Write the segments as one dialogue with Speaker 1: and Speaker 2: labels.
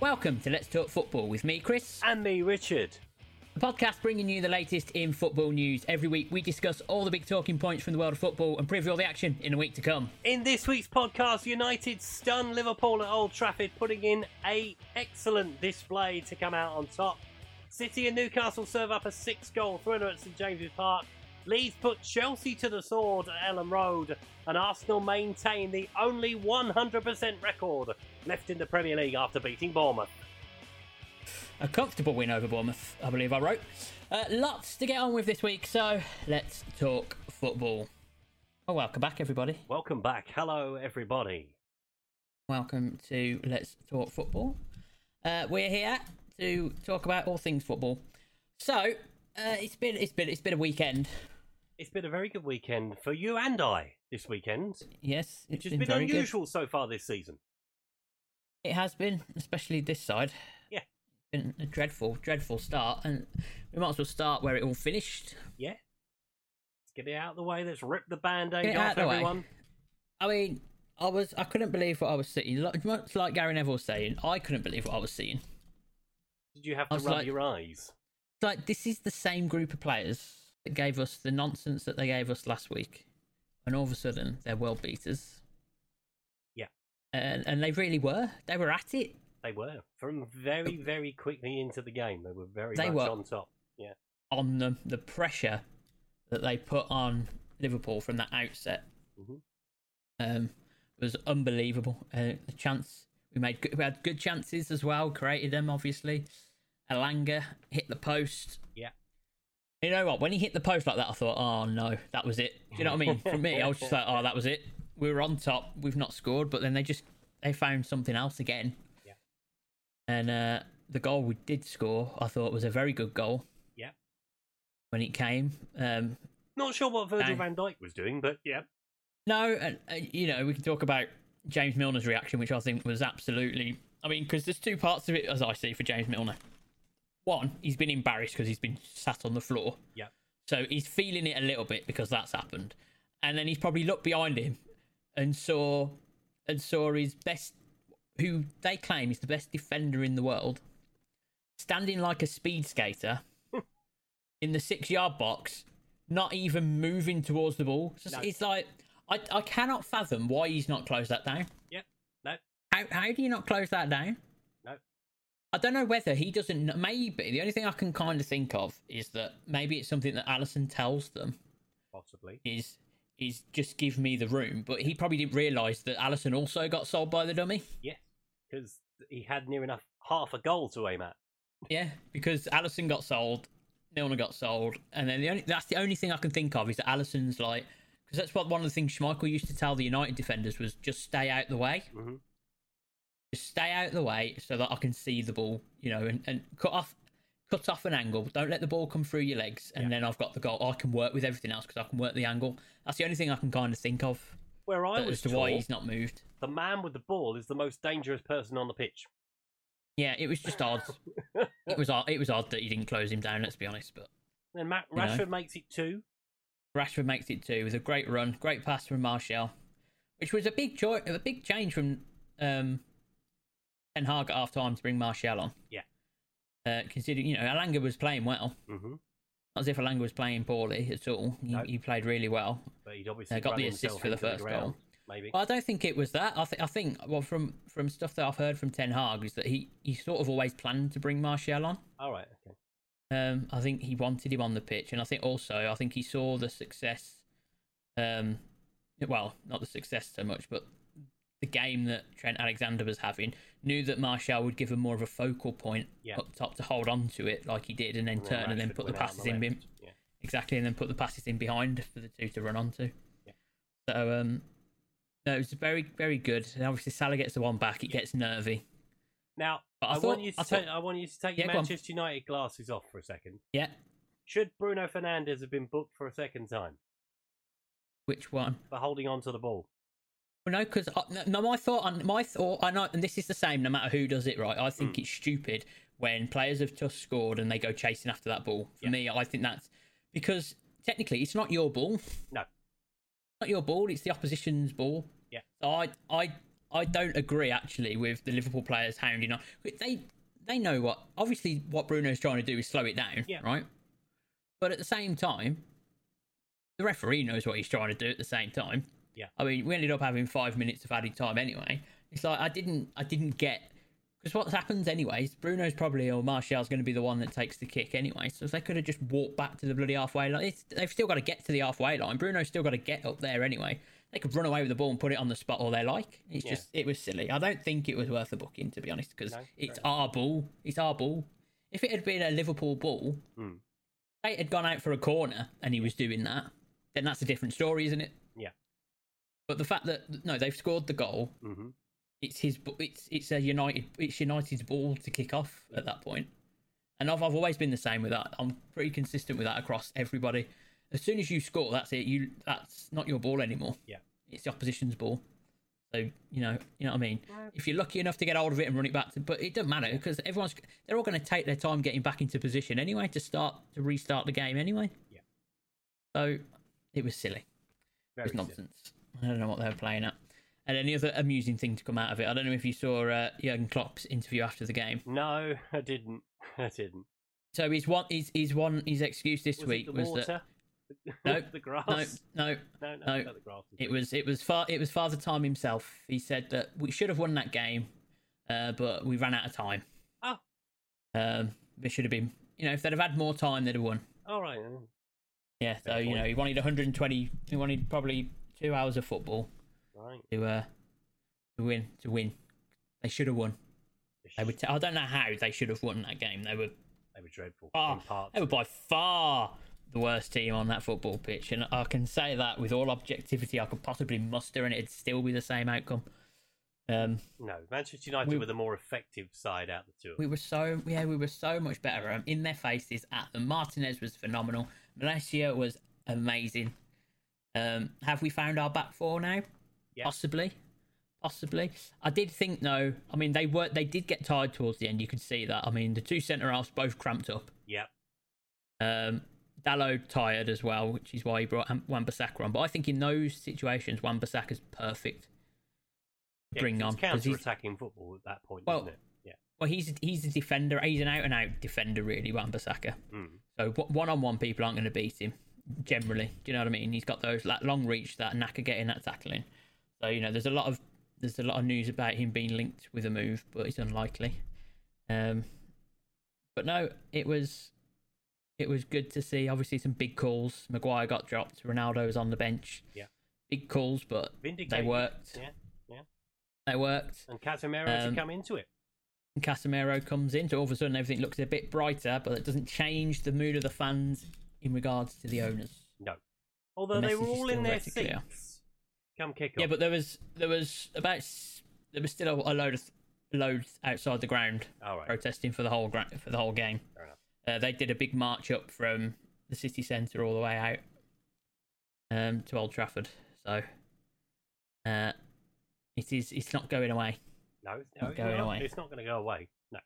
Speaker 1: Welcome to Let's Talk Football with me, Chris,
Speaker 2: And me, Richard.
Speaker 1: a podcast bringing you the latest in football news. Every week, we discuss all the big talking points from the world of football and preview all the action in the week to come.
Speaker 2: In this week's podcast, United stun Liverpool at Old Trafford, putting in a excellent display to come out on top. City and Newcastle serve up a six-goal thriller at St James's Park. Leeds put Chelsea to the sword at Ellen Road, and Arsenal maintain the only 100% record left in the Premier League after beating Bournemouth.
Speaker 1: A comfortable win over Bournemouth, I believe I wrote. Uh, lots to get on with this week, so let's talk football. Well, welcome back, everybody.
Speaker 2: Welcome back, hello everybody.
Speaker 1: Welcome to Let's Talk Football. Uh, we're here to talk about all things football. So uh, it's been it's been it's been a weekend.
Speaker 2: It's been a very good weekend for you and I this weekend,
Speaker 1: Yes,
Speaker 2: which
Speaker 1: it's
Speaker 2: has been,
Speaker 1: very good.
Speaker 2: unusual so far this season.
Speaker 1: It has been, especially this side.
Speaker 2: Yeah.
Speaker 1: Been a dreadful, dreadful start, and we might as well start where it all finished.
Speaker 2: Yeah. Let's get it out of the way. Let's rip the band aid
Speaker 1: Get it out of
Speaker 2: off
Speaker 1: the way.
Speaker 2: everyone.
Speaker 1: I mean, I was, I couldn't believe what I was seeing. Like- Much like Gary Neville was saying, I couldn't believe what I was seeing. It's
Speaker 2: Did you have
Speaker 1: I
Speaker 2: to
Speaker 1: was
Speaker 2: rub
Speaker 1: like-
Speaker 2: your eyes?
Speaker 1: like this is the same group of players that gave us the nonsense that they gave us last week, and all of a sudden they're world beaters.
Speaker 2: Yeah.
Speaker 1: and and they really were. They were at it.
Speaker 2: They were. From very, very quickly into the game, they were very
Speaker 1: They
Speaker 2: much
Speaker 1: were.
Speaker 2: on top. Yeah.
Speaker 1: on them the pressure that they put on Liverpool from that outset
Speaker 2: Mhm.
Speaker 1: um, was unbelievable. Uh, the chance we made, good, we had good chances as well, created them obviously. Alanga hit the post.
Speaker 2: Yeah.
Speaker 1: You know what? When he hit the post like that, I thought, "Oh no, that was it." Do you know what I mean? For me, I was just like, "Oh, that was it. We were on top. We've not scored." But then they just they found something else again.
Speaker 2: Yeah.
Speaker 1: And uh, the goal we did score, I thought, was a very good goal
Speaker 2: Yeah.
Speaker 1: when it came. Um,
Speaker 2: Not sure what Virgil
Speaker 1: Aye.
Speaker 2: van Dijk was doing, but yeah.
Speaker 1: no, and, uh you know we can talk about James Milner's reaction, which I think was absolutely. I mean, because there's two parts of it as I see for James Milner. One, he's been embarrassed because he's been sat on the floor,
Speaker 2: Yeah.
Speaker 1: so he's feeling it a little bit because that's happened, and then he's probably looked behind him and saw and saw his best, who they claim is the best defender in the world, standing like a speed skater in the six yard box, not even moving towards the ball. It's, just-
Speaker 2: No.
Speaker 1: it's like I, I cannot fathom why he's not closed that down.
Speaker 2: Yeah. No.
Speaker 1: How how do you not close that down?
Speaker 2: No.
Speaker 1: I don't know whether he doesn't. kn- Maybe the only thing I can kind of think of is that maybe it's something that Allison tells them
Speaker 2: Possibly.
Speaker 1: is is just give me the room. But he probably didn't realise that Allison also got sold by the dummy.
Speaker 2: Yes. Because he had near enough half a goal to aim at.
Speaker 1: Yeah, because Allison got sold, Milner got sold, and then the only that's the only thing I can think of is that Allison's like because that's what one of the things Schmeichel used to tell the United defenders was just stay out the way,
Speaker 2: hmm
Speaker 1: just stay out the way so that I can see the ball, you know, and, and cut off cut off an angle. Don't let the ball come through your legs, and then I've got the goal. I can work with everything else because I can work the angle. That's the only thing I can kind of think of
Speaker 2: Where I
Speaker 1: as
Speaker 2: was
Speaker 1: to
Speaker 2: taught,
Speaker 1: why he's not moved.
Speaker 2: the man with the ball is the most dangerous person on the pitch.
Speaker 1: Yeah, it was just odd. it was odd. It was odd that he didn't close him down. Let's be honest, but.
Speaker 2: Then Matt
Speaker 1: You know.
Speaker 2: Rashford makes it two.
Speaker 1: Rashford makes it two with a great run, great pass from Martial, which was a big cho- a big change from um, Ten Hag at half time to bring Martial on.
Speaker 2: Yeah.
Speaker 1: Uh, considering you know Alanga was playing well,
Speaker 2: hmm
Speaker 1: not as if Alanga was playing poorly at all. He,
Speaker 2: No.
Speaker 1: he played really well.
Speaker 2: But he'd obviously
Speaker 1: got
Speaker 2: run
Speaker 1: the assist
Speaker 2: himself
Speaker 1: for the
Speaker 2: into
Speaker 1: first
Speaker 2: ground,
Speaker 1: goal. Oh.
Speaker 2: Maybe.
Speaker 1: Well, I don't think it was that. I think I think well from from stuff that I've heard from Ten Hag is that he he sort of always planned to bring Martial on.
Speaker 2: All right. Okay.
Speaker 1: Um, I think he wanted him on the pitch, and I think also I think he saw the success. Um, well, not the success so much, but the game that Trent Alexander was having knew that Martial would give him more of a focal point
Speaker 2: Yeah.
Speaker 1: up top to hold on to it, like he did, and then turn and then
Speaker 2: Rashford
Speaker 1: put the
Speaker 2: went out on
Speaker 1: passes in.
Speaker 2: left.
Speaker 1: Bim-
Speaker 2: Yeah.
Speaker 1: exactly, and then put the passes in behind for the two to run onto.
Speaker 2: Yeah.
Speaker 1: So um, no, it was very very good, and obviously Salah gets the one back. It gets nervy.
Speaker 2: Now,
Speaker 1: But I
Speaker 2: I,
Speaker 1: thought-
Speaker 2: want you to
Speaker 1: I thought-
Speaker 2: take, I want you to take
Speaker 1: Yeah,
Speaker 2: your
Speaker 1: go on.
Speaker 2: Manchester United glasses off for a second.
Speaker 1: Yeah,
Speaker 2: Should Bruno Fernandes have been booked for a second time
Speaker 1: which one?
Speaker 2: for holding on to the ball?
Speaker 1: Well, no, because no, my thought, on my thought, I know, and this is the same no matter who does it right. I
Speaker 2: Mm.
Speaker 1: think it's stupid when players have just scored and they go chasing after that ball. For
Speaker 2: Yeah.
Speaker 1: me, I think that's because technically it's not your ball,
Speaker 2: No.
Speaker 1: not your ball, it's the opposition's ball.
Speaker 2: Yeah.
Speaker 1: So I, I, I don't agree actually with the Liverpool players hounding on. They they know what obviously what Bruno's trying to do is slow it down,
Speaker 2: Yeah.
Speaker 1: right? But at the same time, the referee knows what he's trying to do at the same time.
Speaker 2: Yeah.
Speaker 1: I mean, we ended up having five minutes of added time anyway. It's like I didn't I didn't get because what happens anyway is Bruno's probably or Martial's going to be the one that takes the kick anyway. So if they could have just walked back to the bloody halfway line, it's, they've still got to get to the halfway line. Bruno's still got to get up there anyway. They could run away with the ball and put it on the spot all they like. It's
Speaker 2: Yeah.
Speaker 1: just it was silly. I don't think it was worth the booking to be honest because
Speaker 2: No, fair
Speaker 1: it's
Speaker 2: enough.
Speaker 1: our ball. It's our ball. If it had been a Liverpool ball,
Speaker 2: Hmm.
Speaker 1: they had gone out for a corner and he was doing that. Then that's a different story, isn't it?
Speaker 2: Yeah.
Speaker 1: But the fact that no, they've scored the goal
Speaker 2: hmm
Speaker 1: it's his bu- it's it's a united it's united's ball to kick off at that point and I've, I've always been the same with that i'm pretty consistent with that across everybody as soon as you score that's it you that's not your ball anymore
Speaker 2: Yeah.
Speaker 1: it's the opposition's ball so you know you know what i mean if you're lucky enough to get hold of it and run it back to but it doesn't matter because everyone's they're all going to take their time getting back into position anyway to start to restart the game anyway
Speaker 2: Yeah.
Speaker 1: so it was silly
Speaker 2: Very
Speaker 1: it's
Speaker 2: simple.
Speaker 1: nonsense. I don't know what they're playing at. And any other amusing thing to come out of it? I don't know if you saw uh, Jurgen Klopp's interview after the game.
Speaker 2: No, I didn't. I didn't.
Speaker 1: So his one, his, his one, his excuse this
Speaker 2: Was
Speaker 1: week
Speaker 2: it the
Speaker 1: was
Speaker 2: water?
Speaker 1: No,
Speaker 2: the grass.
Speaker 1: that no, no,
Speaker 2: No, no,
Speaker 1: no.
Speaker 2: not the grass.
Speaker 1: it was it was far it was Father Time himself. He said that we should have won that game, uh, but we ran out of time.
Speaker 2: Oh.
Speaker 1: um, it should have been. You know, if they'd have had more time, they'd have won.
Speaker 2: All right. uh,
Speaker 1: Yeah, so
Speaker 2: Fair
Speaker 1: you know,
Speaker 2: point.
Speaker 1: he wanted 120. He wanted probably two hours of football
Speaker 2: Right.
Speaker 1: to uh, to win to win. They should have won. They were. T- I don't know how they should have won that game. They were.
Speaker 2: They were dreadful.
Speaker 1: Ah,
Speaker 2: in parts.
Speaker 1: They were by far the worst team on that football pitch, and I can say that with all objectivity I could possibly muster, and it'd still be the same outcome. Um,
Speaker 2: No, Manchester United
Speaker 1: We-
Speaker 2: were the more effective side out of the two.
Speaker 1: we were so yeah, we were so much better um, in their faces. At them, Martinez was phenomenal. Malaysia was amazing. Um, have we found our back four now?
Speaker 2: Yeah.
Speaker 1: Possibly, possibly. I did think though. I mean, they were they did get tired towards the end. You could see that. I mean, the two centre halves both cramped up.
Speaker 2: yep.
Speaker 1: Um, Dallo tired as well, which is why he brought Am- Wan-Bissaka on. But I think in those situations, Wan-Bissaka's perfect.
Speaker 2: Yeah,
Speaker 1: Bring
Speaker 2: 'cause
Speaker 1: on,
Speaker 2: It's
Speaker 1: 'cause he's-
Speaker 2: counter-attacking football at that point,
Speaker 1: Well-
Speaker 2: isn't it? Yeah.
Speaker 1: Well, he's he's a defender. He's an out and out defender, really, Wan-Bissaka.
Speaker 2: Mm.
Speaker 1: So one on one people aren't going to beat him generally. Do you know what I mean? He's got those that long reach, that knack of getting that tackling. So you know, there's a lot of there's a lot of news about him being linked with a move, but it's unlikely. Um, but no, it was it was good to see. Obviously, some big calls. Maguire got dropped. Ronaldo was on the bench.
Speaker 2: Yeah.
Speaker 1: big calls, but
Speaker 2: Vindicated.
Speaker 1: they worked.
Speaker 2: Yeah.
Speaker 1: They worked.
Speaker 2: And Casemiro
Speaker 1: Um,
Speaker 2: to come into it.
Speaker 1: Casemiro comes in, so all of a sudden everything looks a bit brighter, but it doesn't change the mood of the fans in regards to
Speaker 2: Mm-hmm.
Speaker 1: the owners.
Speaker 2: No. Although they
Speaker 1: message
Speaker 2: were
Speaker 1: is
Speaker 2: all in
Speaker 1: still
Speaker 2: their
Speaker 1: very clear.
Speaker 2: seats. Come kick off.
Speaker 1: Yeah, but there was there was about s- there was still a, a load of loads outside the ground
Speaker 2: all right.
Speaker 1: protesting for the whole gra- for the whole game.
Speaker 2: Fair enough.
Speaker 1: Uh, they did a big march up from the city centre all the way out um, to Old Trafford. So uh, it is it's not going away.
Speaker 2: No, it's
Speaker 1: not going away.
Speaker 2: It's not going to go away. No.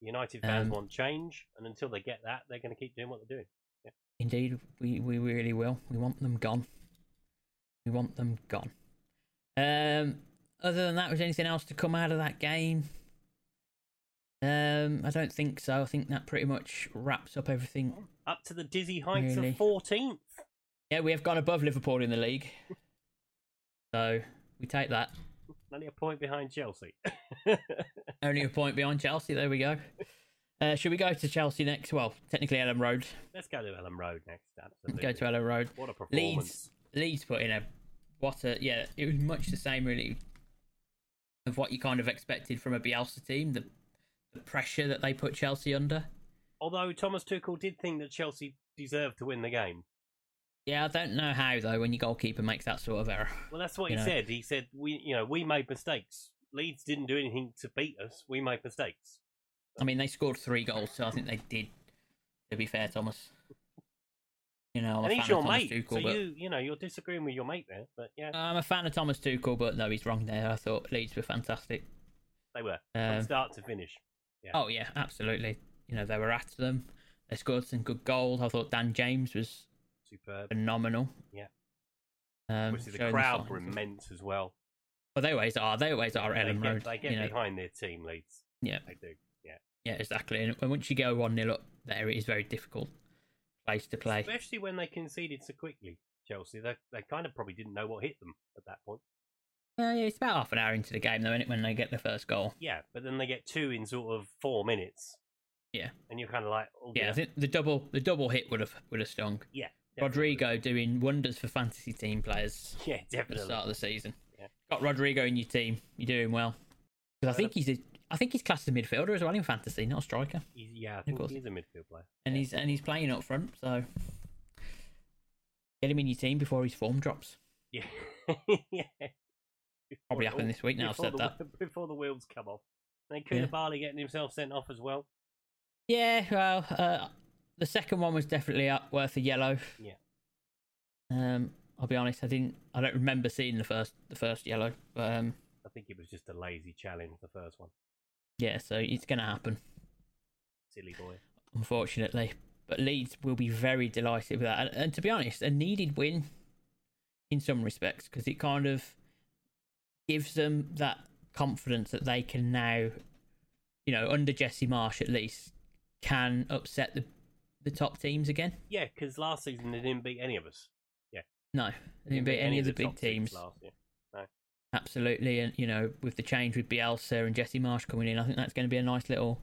Speaker 2: United fans
Speaker 1: Um,
Speaker 2: want change, and until they get that, they're going to keep doing what they're doing.
Speaker 1: Indeed, we, we really will. We want them gone. We want them gone. Um, other than that, was anything else to come out of that game? Um, I don't think so. I think that pretty much wraps up everything.
Speaker 2: Up to the dizzy heights
Speaker 1: Really?
Speaker 2: of 14th.
Speaker 1: Yeah, we have gone above Liverpool in the league, so we take that.
Speaker 2: Only a point behind Chelsea.
Speaker 1: Only a point behind Chelsea. There we go. Uh, should we go to Chelsea next? Well, technically Ellen Road.
Speaker 2: Let's go to Ellen Road next. Absolutely.
Speaker 1: Go to Ellen Road.
Speaker 2: What a performance.
Speaker 1: Leeds Leeds put in a what a yeah, it was much the same really of what you kind of expected from a Bielsa team, the the pressure that they put Chelsea under.
Speaker 2: Although Thomas Tuchel did think that Chelsea deserved to win the game.
Speaker 1: Yeah, I don't know how though when your goalkeeper makes that sort of error.
Speaker 2: Well, that's what
Speaker 1: You
Speaker 2: he
Speaker 1: know.
Speaker 2: said. He said we, you know, we made mistakes. Leeds didn't do anything to beat us. We made mistakes.
Speaker 1: I mean they scored three goals, so I think they did to be fair, Thomas. You know, I'm
Speaker 2: and
Speaker 1: a fan
Speaker 2: he's your
Speaker 1: of Thomas
Speaker 2: mate,
Speaker 1: Tuchel,
Speaker 2: so
Speaker 1: but
Speaker 2: you, you know, you're disagreeing with your mate there. But yeah,
Speaker 1: I'm a fan of Thomas Tuchel, but no, he's wrong there. I thought Leeds were fantastic.
Speaker 2: they were
Speaker 1: um,
Speaker 2: from start to finish.
Speaker 1: Oh yeah, absolutely. You know, they were at them. They scored some good goals. I thought Dan James was
Speaker 2: Superb.
Speaker 1: phenomenal.
Speaker 2: Yeah.
Speaker 1: Um,
Speaker 2: Obviously, the
Speaker 1: showing
Speaker 2: crowd
Speaker 1: signs
Speaker 2: were
Speaker 1: of-
Speaker 2: immense as well.
Speaker 1: But they always are. They always are at
Speaker 2: They
Speaker 1: Ellen
Speaker 2: get,
Speaker 1: Road.
Speaker 2: they get
Speaker 1: you know.
Speaker 2: behind their team leads.
Speaker 1: Yeah.
Speaker 2: They do. Yeah.
Speaker 1: Yeah, exactly. And once you go one 0 up there, it is very difficult place to play.
Speaker 2: Especially when they conceded so quickly, Chelsea. They, they kind of probably didn't know what hit them at that point.
Speaker 1: Uh, yeah, it's about half an hour into the game though, is when they get the first goal.
Speaker 2: Yeah, but then they get two in sort of four minutes.
Speaker 1: Yeah.
Speaker 2: And you're kind of like, oh,
Speaker 1: Yeah, I think the double the double hit would have would have stung.
Speaker 2: Yeah. definitely.
Speaker 1: Rodrigo doing wonders for fantasy team players
Speaker 2: Yeah,
Speaker 1: at the
Speaker 2: definitely.
Speaker 1: start of the season.
Speaker 2: Yeah.
Speaker 1: Got Rodrigo in your team. You're doing well. Because I think he's a, I think he's classed as a midfielder as well in fantasy, not a striker.
Speaker 2: He's, yeah, I
Speaker 1: Of
Speaker 2: think
Speaker 1: course.
Speaker 2: he's a midfield player.
Speaker 1: And he's and he's playing up front, so get him in your team before his form drops.
Speaker 2: Yeah. yeah.
Speaker 1: Probably
Speaker 2: Before-
Speaker 1: happened this week. Now I've
Speaker 2: before
Speaker 1: said
Speaker 2: the,
Speaker 1: that.
Speaker 2: Before the wheels come off. And then
Speaker 1: Yeah.
Speaker 2: Koulibaly getting himself sent off as well.
Speaker 1: Yeah, well, uh, the second one was definitely up worth a yellow.
Speaker 2: Yeah.
Speaker 1: Um, I'll be honest, I didn't, I don't remember seeing the first, the first yellow. But um,
Speaker 2: I think it was just a lazy challenge, the first one.
Speaker 1: yeah, so it's going to happen,
Speaker 2: Silly boy.
Speaker 1: unfortunately. But Leeds will be very delighted with that, and, and to be honest, a needed win in some respects because it kind of gives them that confidence that they can now, you know, under Jesse Marsh at least, can upset the the top teams again.
Speaker 2: Yeah, because last season they didn't beat any of us.
Speaker 1: No, they didn't beat any of the big
Speaker 2: top six
Speaker 1: teams.
Speaker 2: Last year.
Speaker 1: Absolutely, and you know, with the change with Bielsa and Jesse Marsh coming in, I think that's going to be a nice little.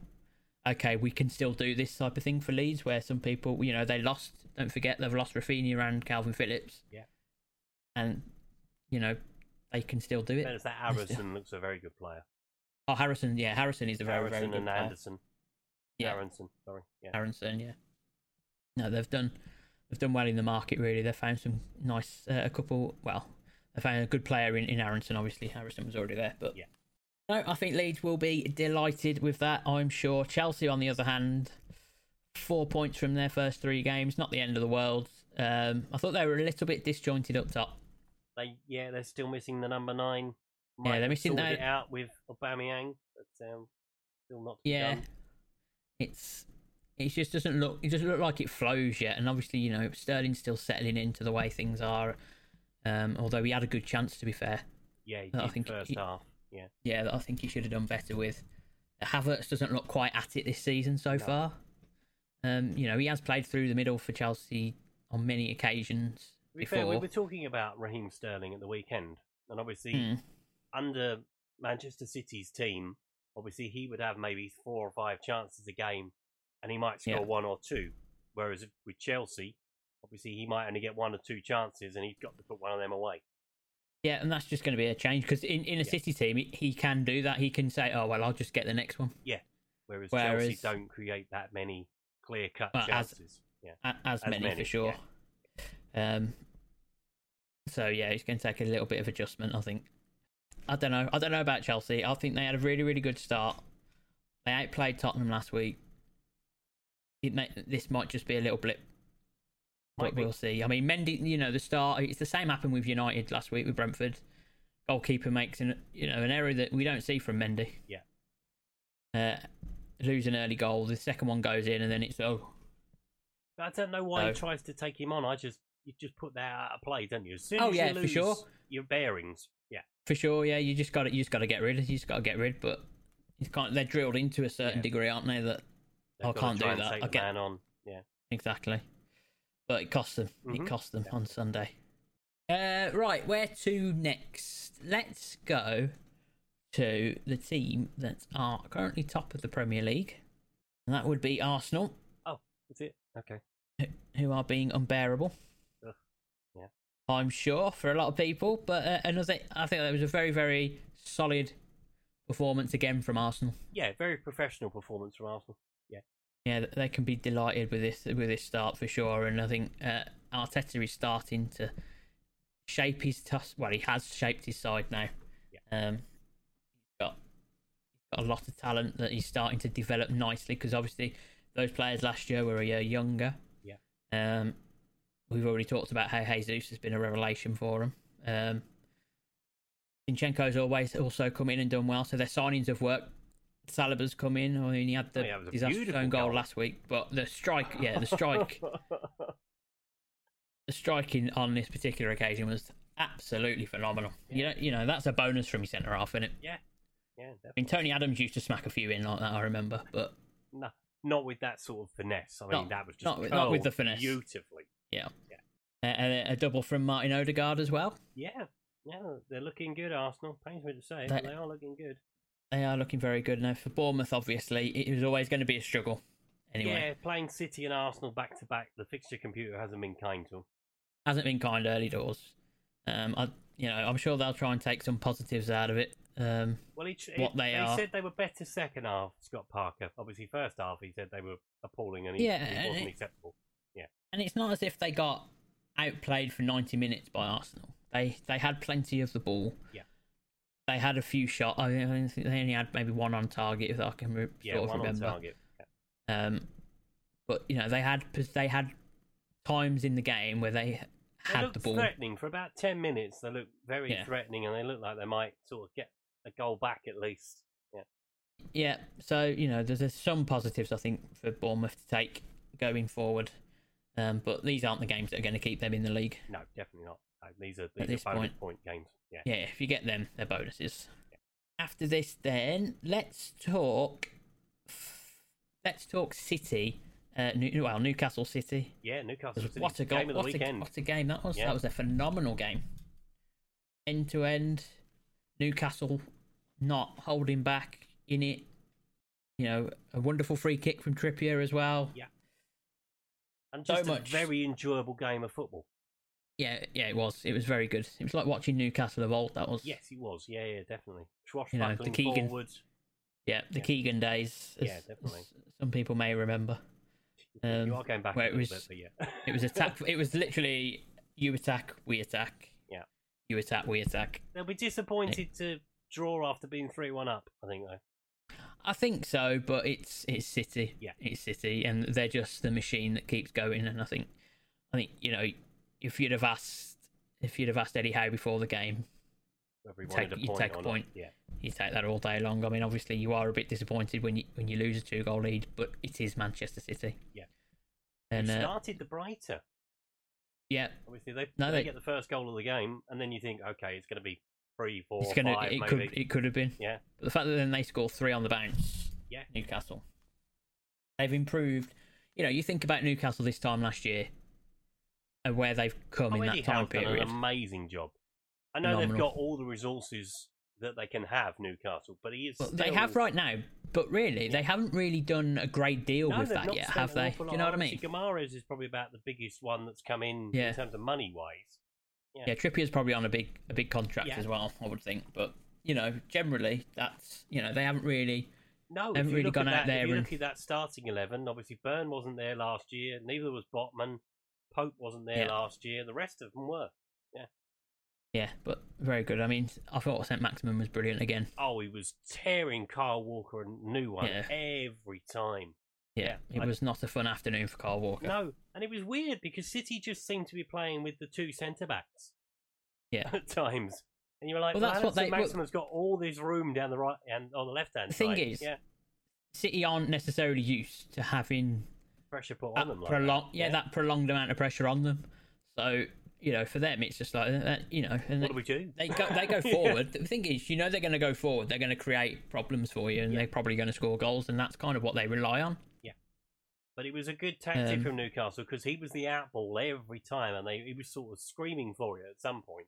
Speaker 1: Okay, we can still do this type of thing for Leeds, where some people, you know, they lost. Don't forget, they've lost Rafinha and Calvin Phillips.
Speaker 2: Yeah.
Speaker 1: And, you know, they can still do it.
Speaker 2: Notice that Harrison looks a very good player.
Speaker 1: Oh, Harrison, yeah, Harrison is a very,
Speaker 2: Harrison
Speaker 1: very good
Speaker 2: and
Speaker 1: player.
Speaker 2: Anderson.
Speaker 1: Yeah.
Speaker 2: Harrison, sorry. Yeah.
Speaker 1: Harrison, yeah. No, they've done, they've done well in the market. Really, they've found some nice, uh, a couple. Well, they found a good player in in Harrison. Obviously, Harrison was already there, but
Speaker 2: Yeah.
Speaker 1: No, I think Leeds will be delighted with that. I'm sure. Chelsea, on the other hand, four points from their first three games. Not the end of the world. Um, I thought they were a little bit disjointed up top.
Speaker 2: They, yeah, they're still missing the number nine.
Speaker 1: Yeah, they're
Speaker 2: have
Speaker 1: missing
Speaker 2: sorted
Speaker 1: that-
Speaker 2: it out with Aubameyang, but um, still not.
Speaker 1: Yeah,
Speaker 2: done.
Speaker 1: it's it just doesn't look it doesn't look like it flows yet. And obviously, you know, Sterling's still settling into the way things are. Um, although he had a good chance, to be fair.
Speaker 2: Yeah, he
Speaker 1: I
Speaker 2: did
Speaker 1: think
Speaker 2: first
Speaker 1: he-
Speaker 2: half. Yeah,
Speaker 1: yeah, that I think he should have done better with. Havertz doesn't look quite at it this season so
Speaker 2: No.
Speaker 1: far. Um, you know, he has played through the middle for Chelsea on many occasions
Speaker 2: to be
Speaker 1: before.
Speaker 2: fair, we were talking about Raheem Sterling at the weekend, and obviously
Speaker 1: Hmm.
Speaker 2: under Manchester City's team, obviously he would have maybe four or five chances a game, and he might score
Speaker 1: Yeah.
Speaker 2: one or two. Whereas if- with Chelsea, obviously he might only get one or two chances, and he's got to put one of them away.
Speaker 1: Yeah, and that's just going to be a change because in, in a
Speaker 2: Yeah.
Speaker 1: City team, he, he can do that. He can say, "Oh well, I'll just get the next one,"
Speaker 2: Whereas, Chelsea
Speaker 1: Whereas-
Speaker 2: don't create that many clear cut
Speaker 1: Well, as-
Speaker 2: chances. yeah,
Speaker 1: A- as,
Speaker 2: As
Speaker 1: many,
Speaker 2: many,
Speaker 1: for sure. Um. So yeah, it's going to take a little bit of adjustment, I think. I don't know. I don't know about Chelsea. I think they had a really, really good start. They outplayed Tottenham last week. It may, this might just be a little blip,
Speaker 2: Might
Speaker 1: but
Speaker 2: be.
Speaker 1: we'll see. I mean, Mendy, you know, the start. It's the same happened with United last week with Brentford. Goalkeeper makes an you know an error that we don't see from Mendy.
Speaker 2: Yeah.
Speaker 1: Uh, lose an early goal. The second one goes in, and then it's oh
Speaker 2: But I don't know why he
Speaker 1: So-
Speaker 2: tries to take him on. I just you just put that out of play, don't you? As soon
Speaker 1: Oh,
Speaker 2: as
Speaker 1: yeah,
Speaker 2: you
Speaker 1: for
Speaker 2: lose
Speaker 1: sure.
Speaker 2: your bearings, yeah,
Speaker 1: for sure. Yeah, you just got to You just got to get rid. of You just got to get rid. But it's kind of, they're drilled into a certain
Speaker 2: Yeah.
Speaker 1: degree, aren't they? That
Speaker 2: they've
Speaker 1: I
Speaker 2: gotta
Speaker 1: Oh, can't do
Speaker 2: try and
Speaker 1: that.
Speaker 2: Take
Speaker 1: I
Speaker 2: the
Speaker 1: get-
Speaker 2: man on. Yeah,
Speaker 1: exactly. But it cost them.
Speaker 2: Mhm.
Speaker 1: It cost them on Sunday. Uh, right, where to next? Let's go to the team that are currently top of the Premier League, and that would be Arsenal,
Speaker 2: that's it. Okay,
Speaker 1: who are being unbearable.
Speaker 2: Ugh, yeah.
Speaker 1: I'm sure for a lot of people, but uh, another. I think that was a very, very solid performance again from Arsenal.
Speaker 2: yeah, very professional performance from Arsenal.
Speaker 1: yeah, th- they can be delighted with this with this start for sure. And I think uh, Arteta is starting to shape his tus. Well, he has shaped his side now. Um, he's got got a lot of talent that he's starting to develop nicely because obviously those players last year were a year younger.
Speaker 2: Yeah.
Speaker 1: Um, we've already talked about how Jesus has been a revelation for him. Um, Zinchenko's always also come in and done well, so their signings have worked. Saliba's come in. I mean, he had the
Speaker 2: Oh, yeah, it was a
Speaker 1: disastrous
Speaker 2: beautiful
Speaker 1: own goal
Speaker 2: goal.
Speaker 1: last week, but the strike, yeah, the strike the striking on this particular occasion was absolutely phenomenal. You know, you know that's a bonus from your centre half, is it?
Speaker 2: Yeah. Yeah.
Speaker 1: I mean, Tony Adams used to smack a few in like that, I remember, but
Speaker 2: No, not with that sort of finesse. I mean,
Speaker 1: Not-
Speaker 2: that was just
Speaker 1: not with- not with the
Speaker 2: curled
Speaker 1: finesse.
Speaker 2: Beautifully.
Speaker 1: yeah.
Speaker 2: Yeah.
Speaker 1: Uh, and a- a double from Martin Odegaard as well.
Speaker 2: Yeah, yeah, they're looking good. Arsenal pains me to say,
Speaker 1: They-
Speaker 2: but they are looking good.
Speaker 1: They are looking very good now. For Bournemouth, obviously, it was always going to be a struggle. Anyway,
Speaker 2: Yeah, playing City and Arsenal back to back. The fixture computer hasn't been kind to them.
Speaker 1: hasn't been kind early doors. Um, I, you know, I'm sure they'll try and take some positives out of it. Um,
Speaker 2: Well, he, tr-
Speaker 1: What they
Speaker 2: they
Speaker 1: are.
Speaker 2: said they were better second half. Scott Parker, obviously first half, he said they were appalling and he,
Speaker 1: Yeah,
Speaker 2: he
Speaker 1: and
Speaker 2: wasn't
Speaker 1: it-
Speaker 2: acceptable.
Speaker 1: and it's not as if they got outplayed for 90 minutes by Arsenal. They they had plenty of the ball.
Speaker 2: Yeah.
Speaker 1: They had a few shots. I mean, I think they only had maybe one on target, if I can re-
Speaker 2: Yeah,
Speaker 1: sort of
Speaker 2: one
Speaker 1: remember.
Speaker 2: on target. Yeah.
Speaker 1: Um, but you know, they had they had times in the game where they
Speaker 2: They
Speaker 1: had
Speaker 2: looked
Speaker 1: the ball.
Speaker 2: threatening for about ten minutes. They looked very
Speaker 1: Yeah.
Speaker 2: threatening, and they looked like they might sort of get a goal back at least. Yeah,
Speaker 1: Yeah, so you know, there's, there's some positives I think for Bournemouth to take going forward, um, but these aren't the games that are going to keep them in the league.
Speaker 2: no, definitely not. No, these are these
Speaker 1: this
Speaker 2: are bonus
Speaker 1: point-
Speaker 2: point games. Yeah,
Speaker 1: Yeah, if you get them, they're bonuses. After this, then let's talk. Let's talk City. Uh, New, well, Newcastle City.
Speaker 2: yeah. Newcastle City
Speaker 1: What a goal!
Speaker 2: game of the
Speaker 1: What a,
Speaker 2: weekend.
Speaker 1: what a game that was!
Speaker 2: Yeah.
Speaker 1: That was a phenomenal game. End to end, Newcastle not holding back in it. You know, a wonderful free kick from Trippier as well.
Speaker 2: Yeah. and
Speaker 1: So
Speaker 2: just a
Speaker 1: much.
Speaker 2: very enjoyable game of football.
Speaker 1: Yeah, yeah, it was. It was very good. It was like watching Newcastle of old. That was.
Speaker 2: Yes, he was. Yeah, yeah, definitely.
Speaker 1: You know, the
Speaker 2: Swashbuckling
Speaker 1: Keegan-
Speaker 2: forward.
Speaker 1: Yeah, the
Speaker 2: Yeah.
Speaker 1: Keegan days. as-
Speaker 2: Yeah, definitely.
Speaker 1: as some people may remember. Um,
Speaker 2: you are going back
Speaker 1: where
Speaker 2: a
Speaker 1: it
Speaker 2: little
Speaker 1: was-
Speaker 2: bit, but yeah.
Speaker 1: It was attack. it was literally you attack, we attack.
Speaker 2: Yeah.
Speaker 1: You attack, we attack.
Speaker 2: They'll be disappointed to draw after being three-one up. I think though.
Speaker 1: I think so, but it's it's City.
Speaker 2: Yeah.
Speaker 1: It's City, and they're just the machine that keeps going. And I think, I think you know, if you'd have asked, if you'd have asked Eddie Howe before the game,
Speaker 2: Whether he
Speaker 1: Take-
Speaker 2: wanted a
Speaker 1: you
Speaker 2: point
Speaker 1: take
Speaker 2: or
Speaker 1: a
Speaker 2: not.
Speaker 1: point.
Speaker 2: Yeah,
Speaker 1: you take that all day long. I mean, obviously, you are a bit disappointed when you when you lose a two goal lead, but it is Manchester City.
Speaker 2: Yeah.
Speaker 1: And
Speaker 2: Who
Speaker 1: uh,
Speaker 2: started the brighter.
Speaker 1: yeah,
Speaker 2: Obviously, they,
Speaker 1: No,
Speaker 2: they
Speaker 1: they-
Speaker 2: get the first goal of the game, and then you think, okay, it's going to be three, four,
Speaker 1: it's gonna.
Speaker 2: five,
Speaker 1: it
Speaker 2: maybe.
Speaker 1: could. It could have been.
Speaker 2: Yeah,
Speaker 1: But the fact that then they score three on the bounce,
Speaker 2: Yeah.
Speaker 1: Newcastle. They've improved. You know, you think about Newcastle this time last year, and where they've come
Speaker 2: oh,
Speaker 1: in
Speaker 2: Eddie
Speaker 1: that time
Speaker 2: Howe's done
Speaker 1: period.
Speaker 2: an amazing job. I know they've
Speaker 1: Phenomenal.
Speaker 2: got all the resources that they can have Newcastle, but he is.
Speaker 1: But
Speaker 2: still...
Speaker 1: they have right now, but really, they haven't really done a great deal
Speaker 2: No,
Speaker 1: with
Speaker 2: they've
Speaker 1: that
Speaker 2: not
Speaker 1: yet,
Speaker 2: spent
Speaker 1: have
Speaker 2: an
Speaker 1: they?
Speaker 2: awful
Speaker 1: Do
Speaker 2: lot.
Speaker 1: you know what I mean?
Speaker 2: Obviously, Gamarez is probably about the biggest one that's come in
Speaker 1: Yeah.
Speaker 2: in terms of money wise. yeah.
Speaker 1: Yeah, Trippier's probably on a big a big contract
Speaker 2: Yeah.
Speaker 1: as well, I would think. But you know, generally, that's you know they haven't really.
Speaker 2: No,
Speaker 1: Haven't
Speaker 2: if you
Speaker 1: really
Speaker 2: look
Speaker 1: gone
Speaker 2: at
Speaker 1: out
Speaker 2: that,
Speaker 1: there
Speaker 2: If you
Speaker 1: and-
Speaker 2: look at that starting eleven, obviously Byrne wasn't there last year. Neither was Botman. Pope wasn't there
Speaker 1: Yeah.
Speaker 2: last year. The rest of them were.
Speaker 1: Yeah, but very good. I mean, I thought St. Maximum was brilliant again.
Speaker 2: Oh, he was tearing Carl Walker a new one
Speaker 1: Yeah.
Speaker 2: every time.
Speaker 1: Yeah,
Speaker 2: Yeah,
Speaker 1: it
Speaker 2: I-
Speaker 1: was not a fun afternoon for Carl Walker.
Speaker 2: No, and it was weird because City just seemed to be playing with the two centre backs
Speaker 1: Yeah.
Speaker 2: at times, and you were like,
Speaker 1: Well,
Speaker 2: well,
Speaker 1: that's what they- well-
Speaker 2: Maximum's got all this room down the right and on the left hand
Speaker 1: The thing
Speaker 2: side.
Speaker 1: is,
Speaker 2: yeah,
Speaker 1: City aren't necessarily used to having
Speaker 2: pressure put
Speaker 1: that
Speaker 2: on them. Like
Speaker 1: prolonged,
Speaker 2: that.
Speaker 1: yeah, that prolonged amount of pressure on them. So you know, for them, it's just like uh, you know, and
Speaker 2: What
Speaker 1: they,
Speaker 2: do we do?
Speaker 1: they go they go
Speaker 2: Yeah.
Speaker 1: forward. The thing is, you know, they're going to go forward. They're going to create problems for you, and they're probably going to score goals, and that's kind of what they rely on.
Speaker 2: But it was a good tactic
Speaker 1: Um,
Speaker 2: from Newcastle because he was the outball every time, and they he was sort of screaming for it at some point,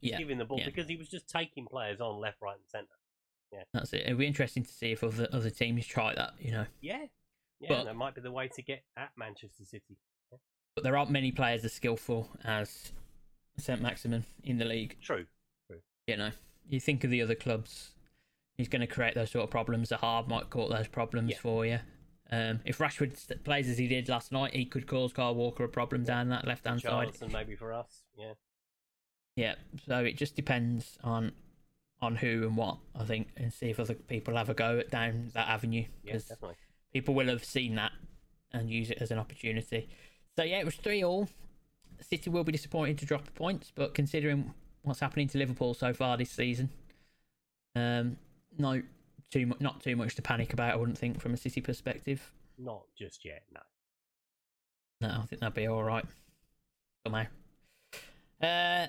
Speaker 1: Yeah,
Speaker 2: giving the ball
Speaker 1: yeah.
Speaker 2: because he was just taking players on left, right, and centre.
Speaker 1: that's it. It'll be interesting to see if other other teams try that. You know,
Speaker 2: Yeah, yeah,
Speaker 1: But-
Speaker 2: that might be the way to get at Manchester City.
Speaker 1: but there aren't many players as skillful as Saint Maximin in the league.
Speaker 2: True.
Speaker 1: you know, you think of the other clubs, he's going to create those sort of problems. The hard might cause those problems
Speaker 2: Yeah.
Speaker 1: for you. Um, if Rashford st- plays as he did last night, he could cause Carl Walker a problem down that left hand side.
Speaker 2: Charlton maybe for us. Yeah.
Speaker 1: Yeah, so it just depends on on who and what I think, and see if other people have a go at down that avenue
Speaker 2: Yeah,
Speaker 1: because
Speaker 2: definitely.
Speaker 1: people will have seen that and use it as an opportunity. So yeah, it was three all. City will be disappointed to drop the points, but considering what's happening to Liverpool so far this season, um, no, too mu- not too much to panic about. I wouldn't think from a City perspective.
Speaker 2: Not just yet. No.
Speaker 1: No, I think that'd be all right. somehow. Uh,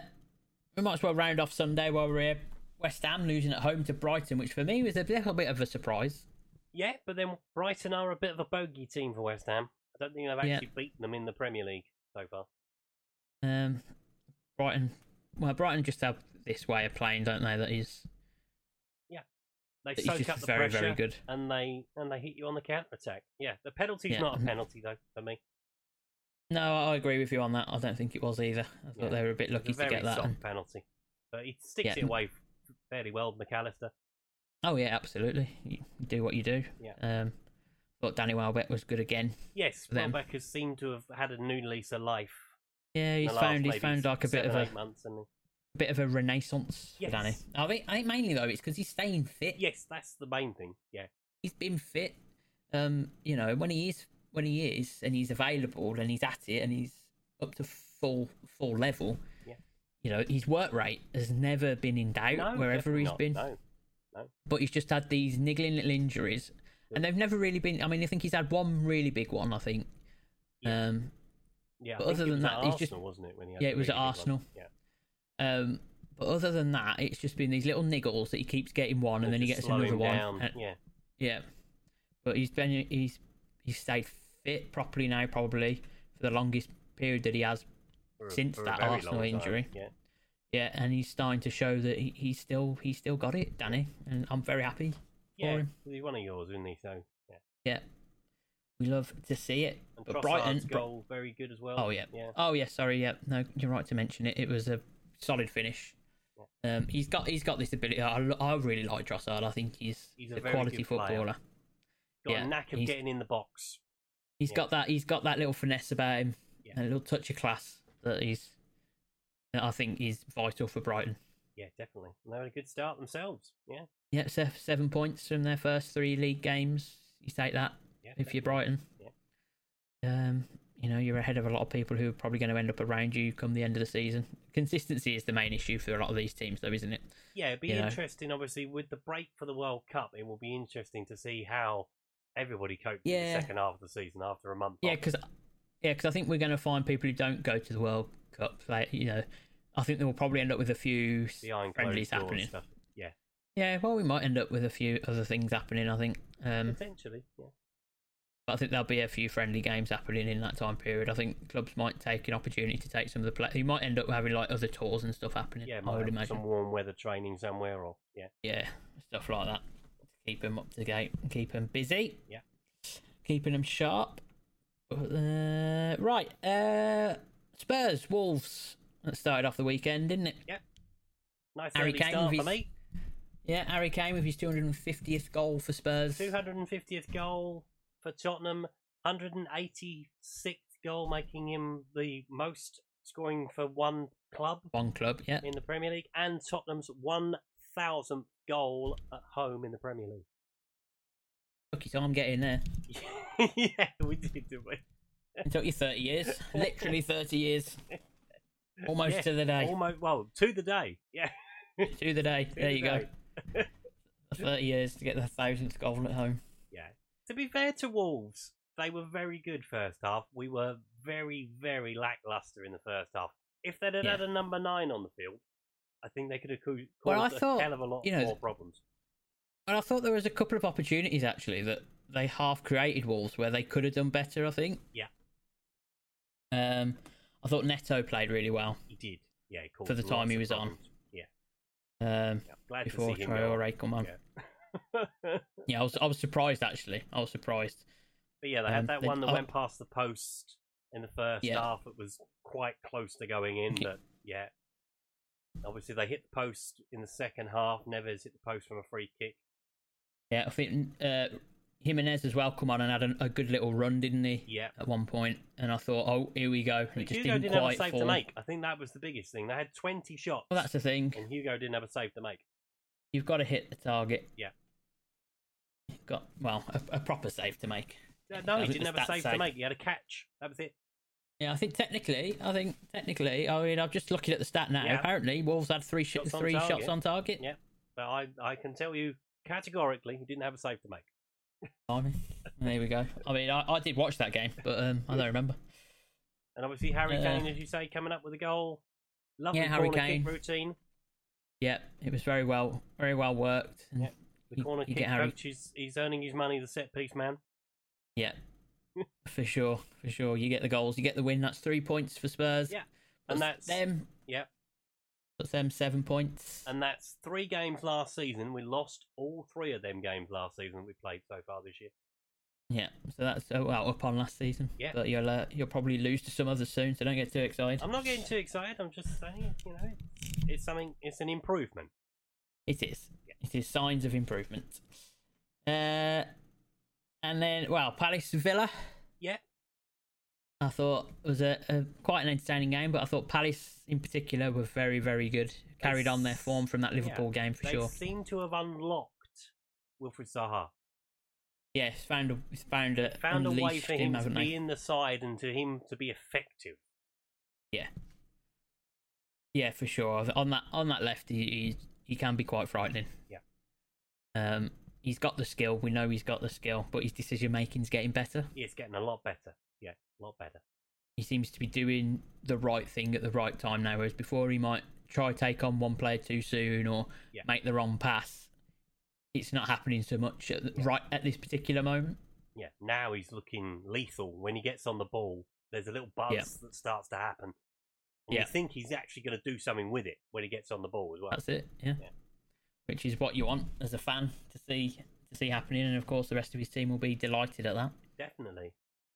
Speaker 1: we might as well round off Sunday while we're here. West Ham losing at home to Brighton, which for me was a little bit of a surprise.
Speaker 2: Yeah, but then Brighton are a bit of a bogey team for West Ham. I don't think they've
Speaker 1: Yeah.
Speaker 2: actually beaten them in the Premier League so far.
Speaker 1: Um, Brighton, well, Brighton just have this way of playing, don't they? That is
Speaker 2: They
Speaker 1: that is
Speaker 2: soak
Speaker 1: just
Speaker 2: up the
Speaker 1: very,
Speaker 2: pressure
Speaker 1: very good.
Speaker 2: and they and they hit you on the counter attack. Yeah, the penalty's
Speaker 1: Yeah. Mm-hmm.
Speaker 2: not a penalty though for me.
Speaker 1: No, I I agree with you on that. I don't think it was either. I thought
Speaker 2: Yeah.
Speaker 1: they were a bit lucky
Speaker 2: It's a
Speaker 1: to
Speaker 2: very
Speaker 1: get that.
Speaker 2: soft
Speaker 1: and-
Speaker 2: penalty, but he sticks
Speaker 1: Yeah.
Speaker 2: it away fairly well, McAllister.
Speaker 1: Oh yeah, absolutely. You do what you do.
Speaker 2: Yeah.
Speaker 1: Um, thought Danny Welbeck was good again.
Speaker 2: Yes,
Speaker 1: Them.
Speaker 2: Welbeck has seemed to have had a new lease of life.
Speaker 1: Yeah,
Speaker 2: in
Speaker 1: he's
Speaker 2: the last
Speaker 1: found he's
Speaker 2: maybe
Speaker 1: found like a bit
Speaker 2: seven,
Speaker 1: of a
Speaker 2: eight months, and
Speaker 1: bit of a renaissance
Speaker 2: Yes.
Speaker 1: for Danny. I think, I think mainly though it's because he's staying fit.
Speaker 2: yes, that's the main thing. Yeah,
Speaker 1: he's been fit. Um, you know, when he is when he is and he's available and he's at it and he's up to full full level.
Speaker 2: Yeah.
Speaker 1: You know, his work rate has never been in doubt
Speaker 2: no,
Speaker 1: wherever
Speaker 2: definitely
Speaker 1: he's
Speaker 2: not,
Speaker 1: been.
Speaker 2: No.
Speaker 1: But he's just had these niggling little injuries. And they've never really been I mean, I think he's had one really big one, I think.
Speaker 2: Yeah.
Speaker 1: Um
Speaker 2: Yeah, I
Speaker 1: But
Speaker 2: think
Speaker 1: other
Speaker 2: it
Speaker 1: than
Speaker 2: was
Speaker 1: that,
Speaker 2: at
Speaker 1: he's
Speaker 2: Arsenal,
Speaker 1: just-
Speaker 2: wasn't it? When he had
Speaker 1: Yeah,
Speaker 2: the
Speaker 1: it was
Speaker 2: really
Speaker 1: at
Speaker 2: big one?
Speaker 1: Arsenal.
Speaker 2: Yeah,
Speaker 1: um but other than that, it's just been these little niggles that he keeps getting one and, then he
Speaker 2: just
Speaker 1: gets
Speaker 2: slow
Speaker 1: another
Speaker 2: him
Speaker 1: one.
Speaker 2: down,
Speaker 1: and-
Speaker 2: Yeah,
Speaker 1: Yeah, but he's been he's he's stayed fit properly now, probably for the longest period that he has.
Speaker 2: for a-
Speaker 1: since
Speaker 2: for a
Speaker 1: that
Speaker 2: very
Speaker 1: Arsenal
Speaker 2: long time,
Speaker 1: injury.
Speaker 2: Yeah,
Speaker 1: Yeah, and he's starting to show that he, he's still he's still got it, Danny, and I'm very happy.
Speaker 2: yeah,
Speaker 1: him.
Speaker 2: he's one of yours, isn't he? So yeah,
Speaker 1: Yeah, we love to see it.
Speaker 2: and
Speaker 1: But
Speaker 2: Trossard's
Speaker 1: Brighton, Bri-
Speaker 2: goal very good as well.
Speaker 1: oh yeah,
Speaker 2: yeah,
Speaker 1: oh yeah, sorry, yeah, no, you're right to mention it. It was a solid finish. Um, he's got he's got this ability. I, lo- I really like Drossard. I think he's,
Speaker 2: He's a
Speaker 1: a,
Speaker 2: very
Speaker 1: quality
Speaker 2: good player.
Speaker 1: footballer.
Speaker 2: got
Speaker 1: yeah,
Speaker 2: a knack of
Speaker 1: he's-
Speaker 2: getting in the box.
Speaker 1: He's
Speaker 2: Yeah.
Speaker 1: got that. He's got that little finesse about him,
Speaker 2: Yeah.
Speaker 1: and a little touch of class that he's. That I think is vital for Brighton.
Speaker 2: Yeah, definitely. And they had a good start themselves. Yeah,
Speaker 1: Yeah, se- seven points from their first three league games. You take that
Speaker 2: yeah.
Speaker 1: if you're
Speaker 2: definitely.
Speaker 1: Brighton. Um, you know you're ahead of a lot of people who are probably going to end up around you come the end of the season. Consistency is the main issue for a lot of these teams, though, isn't it?
Speaker 2: Yeah, it'd be
Speaker 1: you know.
Speaker 2: interesting. Obviously, with the break for the World Cup, it will be interesting to see how everybody coped with
Speaker 1: Yeah.
Speaker 2: the second half of the season after a month.
Speaker 1: Yeah,
Speaker 2: off.
Speaker 1: because yeah, 'cause I think we're going to find people who don't go to the World Cup. Like you know, I think they will probably end up with a few s-
Speaker 2: behind
Speaker 1: friendlies
Speaker 2: closed doors
Speaker 1: happening.
Speaker 2: stuff. Yeah,
Speaker 1: Yeah, well, we might end up with a few other things happening. I think. Um,
Speaker 2: potentially. Yeah.
Speaker 1: But I think there'll be a few friendly games happening in that time period. I think clubs might take an opportunity to take some of the play. You might end up having like other tours and stuff happening.
Speaker 2: Yeah,
Speaker 1: I
Speaker 2: might
Speaker 1: would
Speaker 2: have
Speaker 1: imagine.
Speaker 2: some warm weather training somewhere, or yeah,
Speaker 1: Yeah, stuff like that. Keep them up to date and keep them busy.
Speaker 2: Yeah.
Speaker 1: keeping them sharp. Uh, right, uh, Spurs, Wolves. That started off the weekend, didn't it?
Speaker 2: nice
Speaker 1: Harry
Speaker 2: early
Speaker 1: Kane
Speaker 2: start
Speaker 1: with
Speaker 2: for
Speaker 1: his-
Speaker 2: me.
Speaker 1: Yeah, Harry Kane with his 250th goal for Spurs.
Speaker 2: 250th goal for Tottenham, 186th goal, making him the most scoring for one club
Speaker 1: One club, yeah.
Speaker 2: in the Premier League, and Tottenham's 1,000th goal at home in the Premier
Speaker 1: Lucky time getting there.
Speaker 2: League. yeah, we did, didn't we?
Speaker 1: It took you 30 years. Literally 30 years. Almost
Speaker 2: Yeah,
Speaker 1: to the day.
Speaker 2: Almost, well, to the day. Yeah.
Speaker 1: To the day.
Speaker 2: to
Speaker 1: there
Speaker 2: the
Speaker 1: you
Speaker 2: day.
Speaker 1: go. 30 years to get the thousandth goal at home.
Speaker 2: Yeah. To be fair to Wolves, they were very good first half. We were very, very lackluster in the first half. If they'd have
Speaker 1: Yeah.
Speaker 2: had a number nine on the field, I think they could have cau- caused
Speaker 1: Well, I
Speaker 2: a
Speaker 1: thought,
Speaker 2: hell of a lot
Speaker 1: you know,
Speaker 2: more problems.
Speaker 1: And I thought there was a couple of opportunities actually that they half created Wolves where they could have done better, I think.
Speaker 2: Yeah.
Speaker 1: Um I thought Neto played really well.
Speaker 2: He did. Yeah, he caused
Speaker 1: For the
Speaker 2: lots
Speaker 1: time he
Speaker 2: of
Speaker 1: was on.
Speaker 2: problems. Yeah.
Speaker 1: Um
Speaker 2: yeah. Glad
Speaker 1: before
Speaker 2: to see him go.
Speaker 1: Traore come on. Yeah.
Speaker 2: Yeah. but
Speaker 1: I was I was surprised actually. I was surprised.
Speaker 2: yeah, they
Speaker 1: Um,
Speaker 2: had that
Speaker 1: they-
Speaker 2: one that
Speaker 1: oh.
Speaker 2: went past the post in the first
Speaker 1: Yeah.
Speaker 2: half. It was quite close to going in,
Speaker 1: Okay.
Speaker 2: but yeah. Obviously, they hit the post in the second half. Neves hit the post from a free kick.
Speaker 1: Yeah, I think uh Jimenez as well come on and had a, a good little run, didn't he?
Speaker 2: Yeah.
Speaker 1: At one point, and I thought, oh, here we go. And it
Speaker 2: But
Speaker 1: just
Speaker 2: Hugo
Speaker 1: didn't,
Speaker 2: didn't, have a
Speaker 1: quite
Speaker 2: save
Speaker 1: fall.
Speaker 2: to make. I think that was the biggest thing. They had 20 shots,
Speaker 1: Well, that's the thing.
Speaker 2: and Hugo didn't have a save to make.
Speaker 1: You've got to hit the target.
Speaker 2: Yeah.
Speaker 1: You've got well a, a proper save to make.
Speaker 2: No, No,
Speaker 1: I
Speaker 2: he
Speaker 1: think
Speaker 2: didn't
Speaker 1: the
Speaker 2: have a
Speaker 1: stats
Speaker 2: save
Speaker 1: say-
Speaker 2: to make. He had a catch. That was it.
Speaker 1: Yeah, I think technically, I think technically, I mean, I'm just looking at the stat now.
Speaker 2: Yeah.
Speaker 1: Apparently, Wolves had three sh-
Speaker 2: Shots on
Speaker 1: three
Speaker 2: target.
Speaker 1: shots on target.
Speaker 2: Yeah. But I, I can tell you categorically, he didn't have a save to make.
Speaker 1: Blimey. There we go. I mean, I, I did watch that game, but um, I don't remember.
Speaker 2: And obviously, Harry
Speaker 1: Uh,
Speaker 2: Kane, as you say, coming up with a goal. Lovely
Speaker 1: Yeah, Harry
Speaker 2: corner
Speaker 1: Kane.
Speaker 2: kick routine.
Speaker 1: Yep, it was very well, very well worked. and-
Speaker 2: Yep. The
Speaker 1: You-
Speaker 2: corner
Speaker 1: you
Speaker 2: kick
Speaker 1: get Harry-
Speaker 2: coach is he's earning his money. The set piece man.
Speaker 1: Yeah, for sure, for sure. You get the goals, you get the win. That's three points for Spurs.
Speaker 2: Yeah, and that's
Speaker 1: them.
Speaker 2: yeah,
Speaker 1: That's them seven points.
Speaker 2: and that's three games last season. We lost all three of them games last season we played so far this year.
Speaker 1: yeah, so that's oh, well up on last season.
Speaker 2: Yeah. Um,
Speaker 1: but you'll uh, you'll probably lose to some others soon. So don't get too excited.
Speaker 2: I'm not getting too excited. I'm just saying, you know, it's something. It's an improvement.
Speaker 1: It is. It is signs of improvement. Uh, and then well, Palace Villa.
Speaker 2: Yeah,
Speaker 1: I thought was a, a quite an entertaining game, but I thought Palace in particular were very, very good. Carried on their form from that Liverpool game for
Speaker 2: they
Speaker 1: sure.
Speaker 2: seem to have unlocked Wilfred Zaha.
Speaker 1: Yes, found a found a
Speaker 2: Found a way
Speaker 1: unleashed
Speaker 2: for him, to
Speaker 1: haven't
Speaker 2: be
Speaker 1: they?
Speaker 2: in the side and to him to be effective.
Speaker 1: Yeah, yeah, for sure. On that on that left, he he, he can be quite frightening.
Speaker 2: Yeah.
Speaker 1: Um, he's got the skill. We know he's got the skill, but his decision making's getting better.
Speaker 2: Yeah, it's getting a lot better. Yeah, a lot better.
Speaker 1: He seems to be doing the right thing at the right time now, whereas before he might try take on one player too soon or
Speaker 2: Yeah.
Speaker 1: make the wrong pass. It's not happening so much at, the- right at this particular moment.
Speaker 2: yeah, now he's looking lethal. When he gets on the ball, there's a little buzz
Speaker 1: Yeah.
Speaker 2: that starts to happen. And
Speaker 1: Yeah.
Speaker 2: You think he's actually going to do something with it when he gets on the ball as well.
Speaker 1: That's it, yeah.
Speaker 2: Yeah.
Speaker 1: Which is what you want as a fan to see to see happening, and of course the rest of his team will be delighted at that.
Speaker 2: Definitely.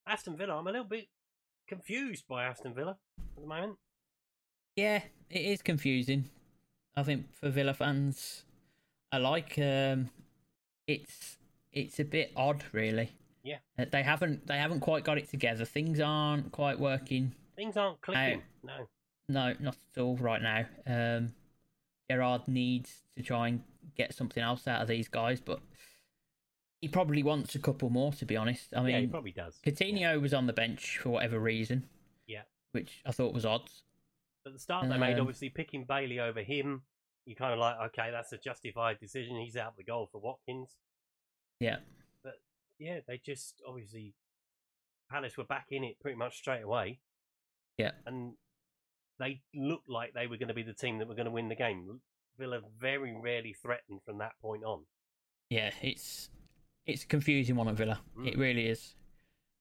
Speaker 2: Aston Villa, I'm a little bit confused by Aston Villa at the moment.
Speaker 1: Yeah, it is confusing. I think for Villa fans alike, um, it's it's a bit odd, really.
Speaker 2: Yeah.
Speaker 1: Uh, They haven't they haven't quite got it together. Things aren't quite working.
Speaker 2: Things aren't clicking. no.
Speaker 1: No, not at all right now. Um, Gerard needs to try and get something else out of these guys, but he probably wants a couple more. To be honest, I mean,
Speaker 2: yeah, he probably does.
Speaker 1: Coutinho was on the bench for whatever reason,
Speaker 2: Yeah.
Speaker 1: which I thought was odd.
Speaker 2: But the start they made,
Speaker 1: Um,
Speaker 2: obviously picking Bailey over him, you're kind of like, okay, that's a justified decision. He's out of the goal for Watkins.
Speaker 1: Yeah,
Speaker 2: Yeah, they just obviously Palace were back in it pretty much straight away.
Speaker 1: yeah,
Speaker 2: and they looked like they were going to be the team that were going to win the game. Villa very rarely threatened from that point on.
Speaker 1: yeah. It's it's a confusing one at Villa.
Speaker 2: Mm.
Speaker 1: It really is.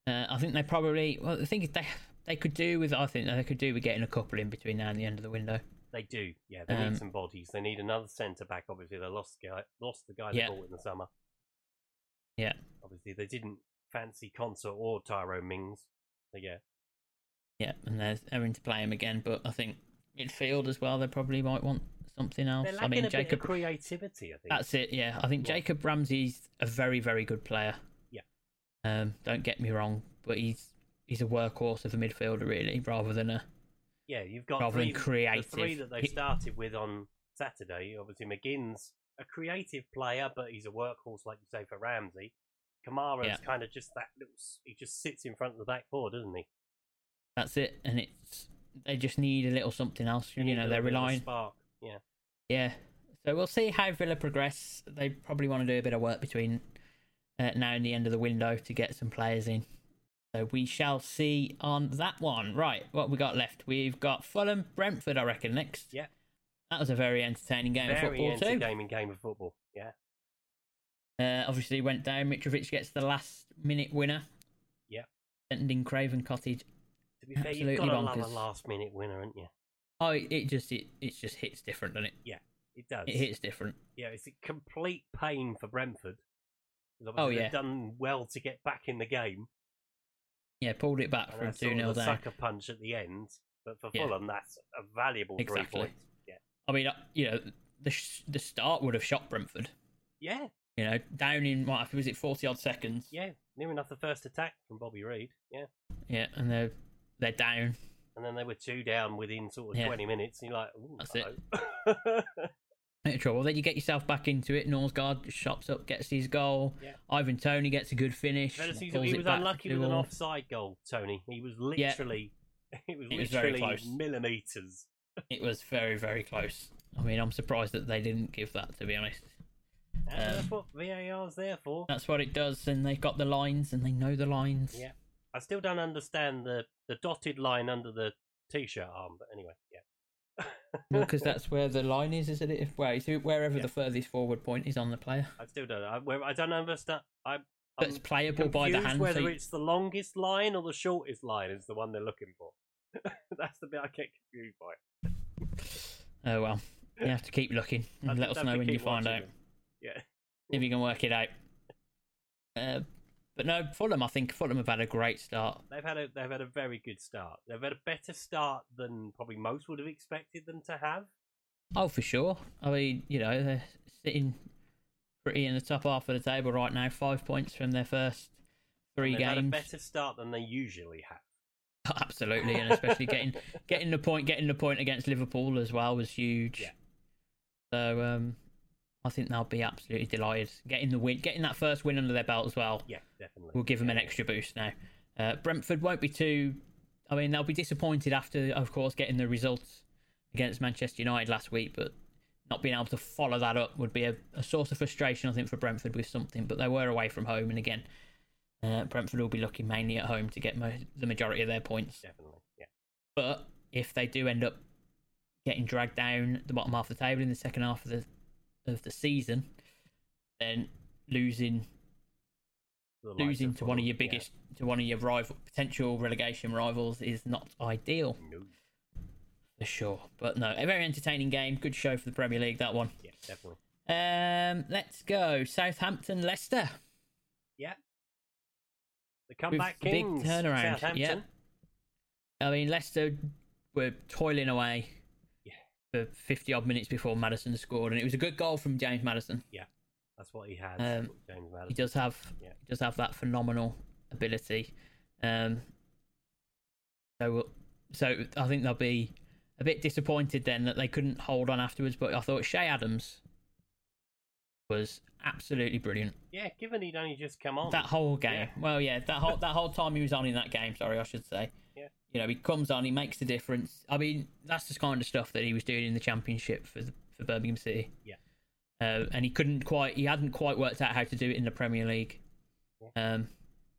Speaker 1: Uh, I think they probably well the thing is they they could do with I think they could do with getting a couple in between now and the end of the window.
Speaker 2: They do, yeah. They
Speaker 1: Um,
Speaker 2: need some bodies. They need another centre back. Obviously, they lost the guy, lost the guy
Speaker 1: Yeah.
Speaker 2: they bought in the summer.
Speaker 1: Yeah,
Speaker 2: Obviously, they didn't fancy Consort or Tyro Mings. So yeah,
Speaker 1: yeah, and they're having to play him again. But I think midfield as well. They probably might want something else.
Speaker 2: they're
Speaker 1: Oh, I
Speaker 2: lacking
Speaker 1: mean,
Speaker 2: a bit of
Speaker 1: Jacob.
Speaker 2: creativity. I think.
Speaker 1: That's it. Yeah, I think
Speaker 2: Yeah.
Speaker 1: Jacob Ramsey's a very, very good player.
Speaker 2: Yeah.
Speaker 1: Um, don't get me wrong, but he's he's a workhorse of a midfielder really, rather than a
Speaker 2: yeah, you've got
Speaker 1: rather than
Speaker 2: three, the three
Speaker 1: creative.
Speaker 2: that they
Speaker 1: He-
Speaker 2: started with on Saturday. Obviously, McGinn's a creative player, but he's a workhorse, like you say, for Ramsey. Kamara's
Speaker 1: Yeah.
Speaker 2: kind of just that little. s- He just sits in front of the back four, doesn't he?
Speaker 1: that's it. And it's they just need a little something else. You,
Speaker 2: Need a
Speaker 1: know,
Speaker 2: little
Speaker 1: they're
Speaker 2: bit of a
Speaker 1: relying.
Speaker 2: Spark. Yeah,
Speaker 1: Yeah. So we'll see how Villa progress. They probably want to do a bit of work between uh, now and the end of the window to get some players in. So we shall see on that one. Right, what we got left? We've got Fulham, Brentford, I reckon next.
Speaker 2: Yeah.
Speaker 1: That was a very entertaining game of
Speaker 2: very
Speaker 1: football too.
Speaker 2: entertaining game of football. Yeah,
Speaker 1: Uh, obviously went down. Mitrovic gets the last minute winner.
Speaker 2: Yeah.
Speaker 1: Sending Craven Cottage.
Speaker 2: to be fair,
Speaker 1: Absolutely
Speaker 2: you've got to love a
Speaker 1: bonkers.
Speaker 2: last minute winner, aren't you?
Speaker 1: Oh, it, it just it, it just hits different, doesn't it?
Speaker 2: It does.
Speaker 1: It hits different.
Speaker 2: Yeah, it's a complete pain for Brentford. 'Cause
Speaker 1: Oh,
Speaker 2: obviously
Speaker 1: yeah.
Speaker 2: they've done well to get back in the game.
Speaker 1: Yeah, pulled it back
Speaker 2: And
Speaker 1: from
Speaker 2: that's sort
Speaker 1: two 0
Speaker 2: of the
Speaker 1: down.
Speaker 2: sucker punch at the end. But for
Speaker 1: Yeah.
Speaker 2: Fulham, that's a valuable
Speaker 1: Exactly.
Speaker 2: three points. Yeah,
Speaker 1: I mean, uh, you know, the sh- the start would have shot Brentford.
Speaker 2: yeah,
Speaker 1: You know, down in what was it, forty odd seconds?
Speaker 2: yeah. Near enough the first attack from Bobby Reed. Yeah,
Speaker 1: Yeah, and they're they're down.
Speaker 2: and then they were two down within sort of
Speaker 1: Yeah.
Speaker 2: twenty minutes. And you're like, Ooh,
Speaker 1: That's it.
Speaker 2: hello.
Speaker 1: Bit of trouble. Then you get yourself back into it. Norsgaard shops up, gets his goal.
Speaker 2: Yeah.
Speaker 1: Ivan Tony gets a good finish.
Speaker 2: Venice, he
Speaker 1: pulls
Speaker 2: he
Speaker 1: it
Speaker 2: was
Speaker 1: back
Speaker 2: unlucky
Speaker 1: to
Speaker 2: with an
Speaker 1: all.
Speaker 2: offside goal, Tony. He was
Speaker 1: Yeah.
Speaker 2: literally, it was
Speaker 1: It was very
Speaker 2: literally
Speaker 1: close.
Speaker 2: millimeters.
Speaker 1: It was very very close. I mean, I'm surprised that they didn't give that. To be honest,
Speaker 2: And
Speaker 1: Um,
Speaker 2: that's what VAR's there for.
Speaker 1: that's what it does. And they've got the lines, and they know the lines.
Speaker 2: Yeah. I still don't understand the, the dotted line under the t shirt arm, but anyway, yeah.
Speaker 1: because that's where the line is, isn't it? If- Where it's wherever
Speaker 2: Yeah.
Speaker 1: the furthest forward point is on the player.
Speaker 2: I still don't. I, where, I don't understand. I,
Speaker 1: That's
Speaker 2: I'm
Speaker 1: playable by the
Speaker 2: confused
Speaker 1: hand. so
Speaker 2: Whether
Speaker 1: you-
Speaker 2: it's the longest line or the shortest line is the one they're looking for. That's the bit I get confused by.
Speaker 1: Oh well, you have to keep looking.
Speaker 2: I
Speaker 1: And Mm, let
Speaker 2: just
Speaker 1: us
Speaker 2: have
Speaker 1: know
Speaker 2: to
Speaker 1: when you
Speaker 2: keep
Speaker 1: find out
Speaker 2: watching them.
Speaker 1: if you can work it out. Uh, but no, Fulham. I think Fulham have had a great start.
Speaker 2: Yeah, they've had a they've had a very good start. They've had a better start than probably most would have expected them to have.
Speaker 1: Oh, for sure. I mean, you know, they're sitting pretty in the top half of the table right now, five points from their first three
Speaker 2: They've had a
Speaker 1: games.
Speaker 2: better start than they usually have.
Speaker 1: Absolutely, and especially getting getting the point, getting the point against Liverpool as well was huge.
Speaker 2: Yeah.
Speaker 1: So um, I think they'll be absolutely delighted getting the win, getting that first win under their belt as well.
Speaker 2: Yeah, definitely.
Speaker 1: We'll give them an
Speaker 2: Yeah.
Speaker 1: extra boost now. Uh, Brentford won't be too. I mean, they'll be disappointed after, of course, getting the results against Manchester United last week, but not being able to follow that up would be a, a source of frustration, I think, for Brentford with something. But they were away from home, and again, uh, Brentford will be looking mainly at home to get mo- the majority of their points.
Speaker 2: Definitely. Yeah.
Speaker 1: But if they do end up getting dragged down at the bottom half of the table in the second half of the of the season, then losing
Speaker 2: The likes
Speaker 1: losing to one of
Speaker 2: Fulham,
Speaker 1: your
Speaker 2: yeah.
Speaker 1: biggest to one of your rival potential relegation rivals is not ideal
Speaker 2: No.
Speaker 1: for sure. But no, a very entertaining game, good show for the Premier League that one.
Speaker 2: Yeah, definitely.
Speaker 1: Um, let's go Southampton Leicester.
Speaker 2: The comeback
Speaker 1: big
Speaker 2: kings.
Speaker 1: turnaround,
Speaker 2: Southampton.
Speaker 1: yeah. I mean Leicester were toiling away
Speaker 2: Yeah.
Speaker 1: for fifty odd minutes before Madison scored, and it was a good goal from James Madison.
Speaker 2: That's what he has.
Speaker 1: Um,
Speaker 2: James
Speaker 1: he
Speaker 2: Madison.
Speaker 1: does have
Speaker 2: Yeah.
Speaker 1: he does have that phenomenal ability. Um, so we'll- so I think they'll be a bit disappointed then that they couldn't hold on afterwards. But I thought Shay Adams was absolutely brilliant
Speaker 2: Yeah, given he'd only just come on.
Speaker 1: that whole game.
Speaker 2: Yeah.
Speaker 1: Well, yeah, that whole that whole time he was on in that game. Sorry, I should say.
Speaker 2: Yeah.
Speaker 1: You know, he comes on, he makes the difference. I mean, that's the kind of stuff that he was doing in the championship for the, for Birmingham City.
Speaker 2: Yeah.
Speaker 1: Uh, and he couldn't quite, he hadn't quite worked out how to do it in the Premier League. Um,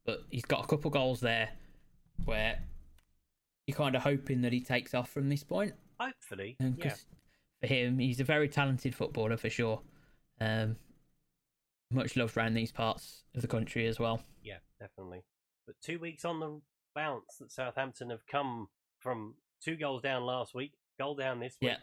Speaker 1: but he's got a couple goals there where you're kind of hoping that he takes off from this point.
Speaker 2: Hopefully.
Speaker 1: And
Speaker 2: yeah.
Speaker 1: 'cause for him, he's a very talented footballer for sure. Um, much loved around these parts of the country as well.
Speaker 2: Yeah, definitely. But two weeks on the bounce that Southampton have come from two goals down last week, goal down this week.
Speaker 1: Yeah.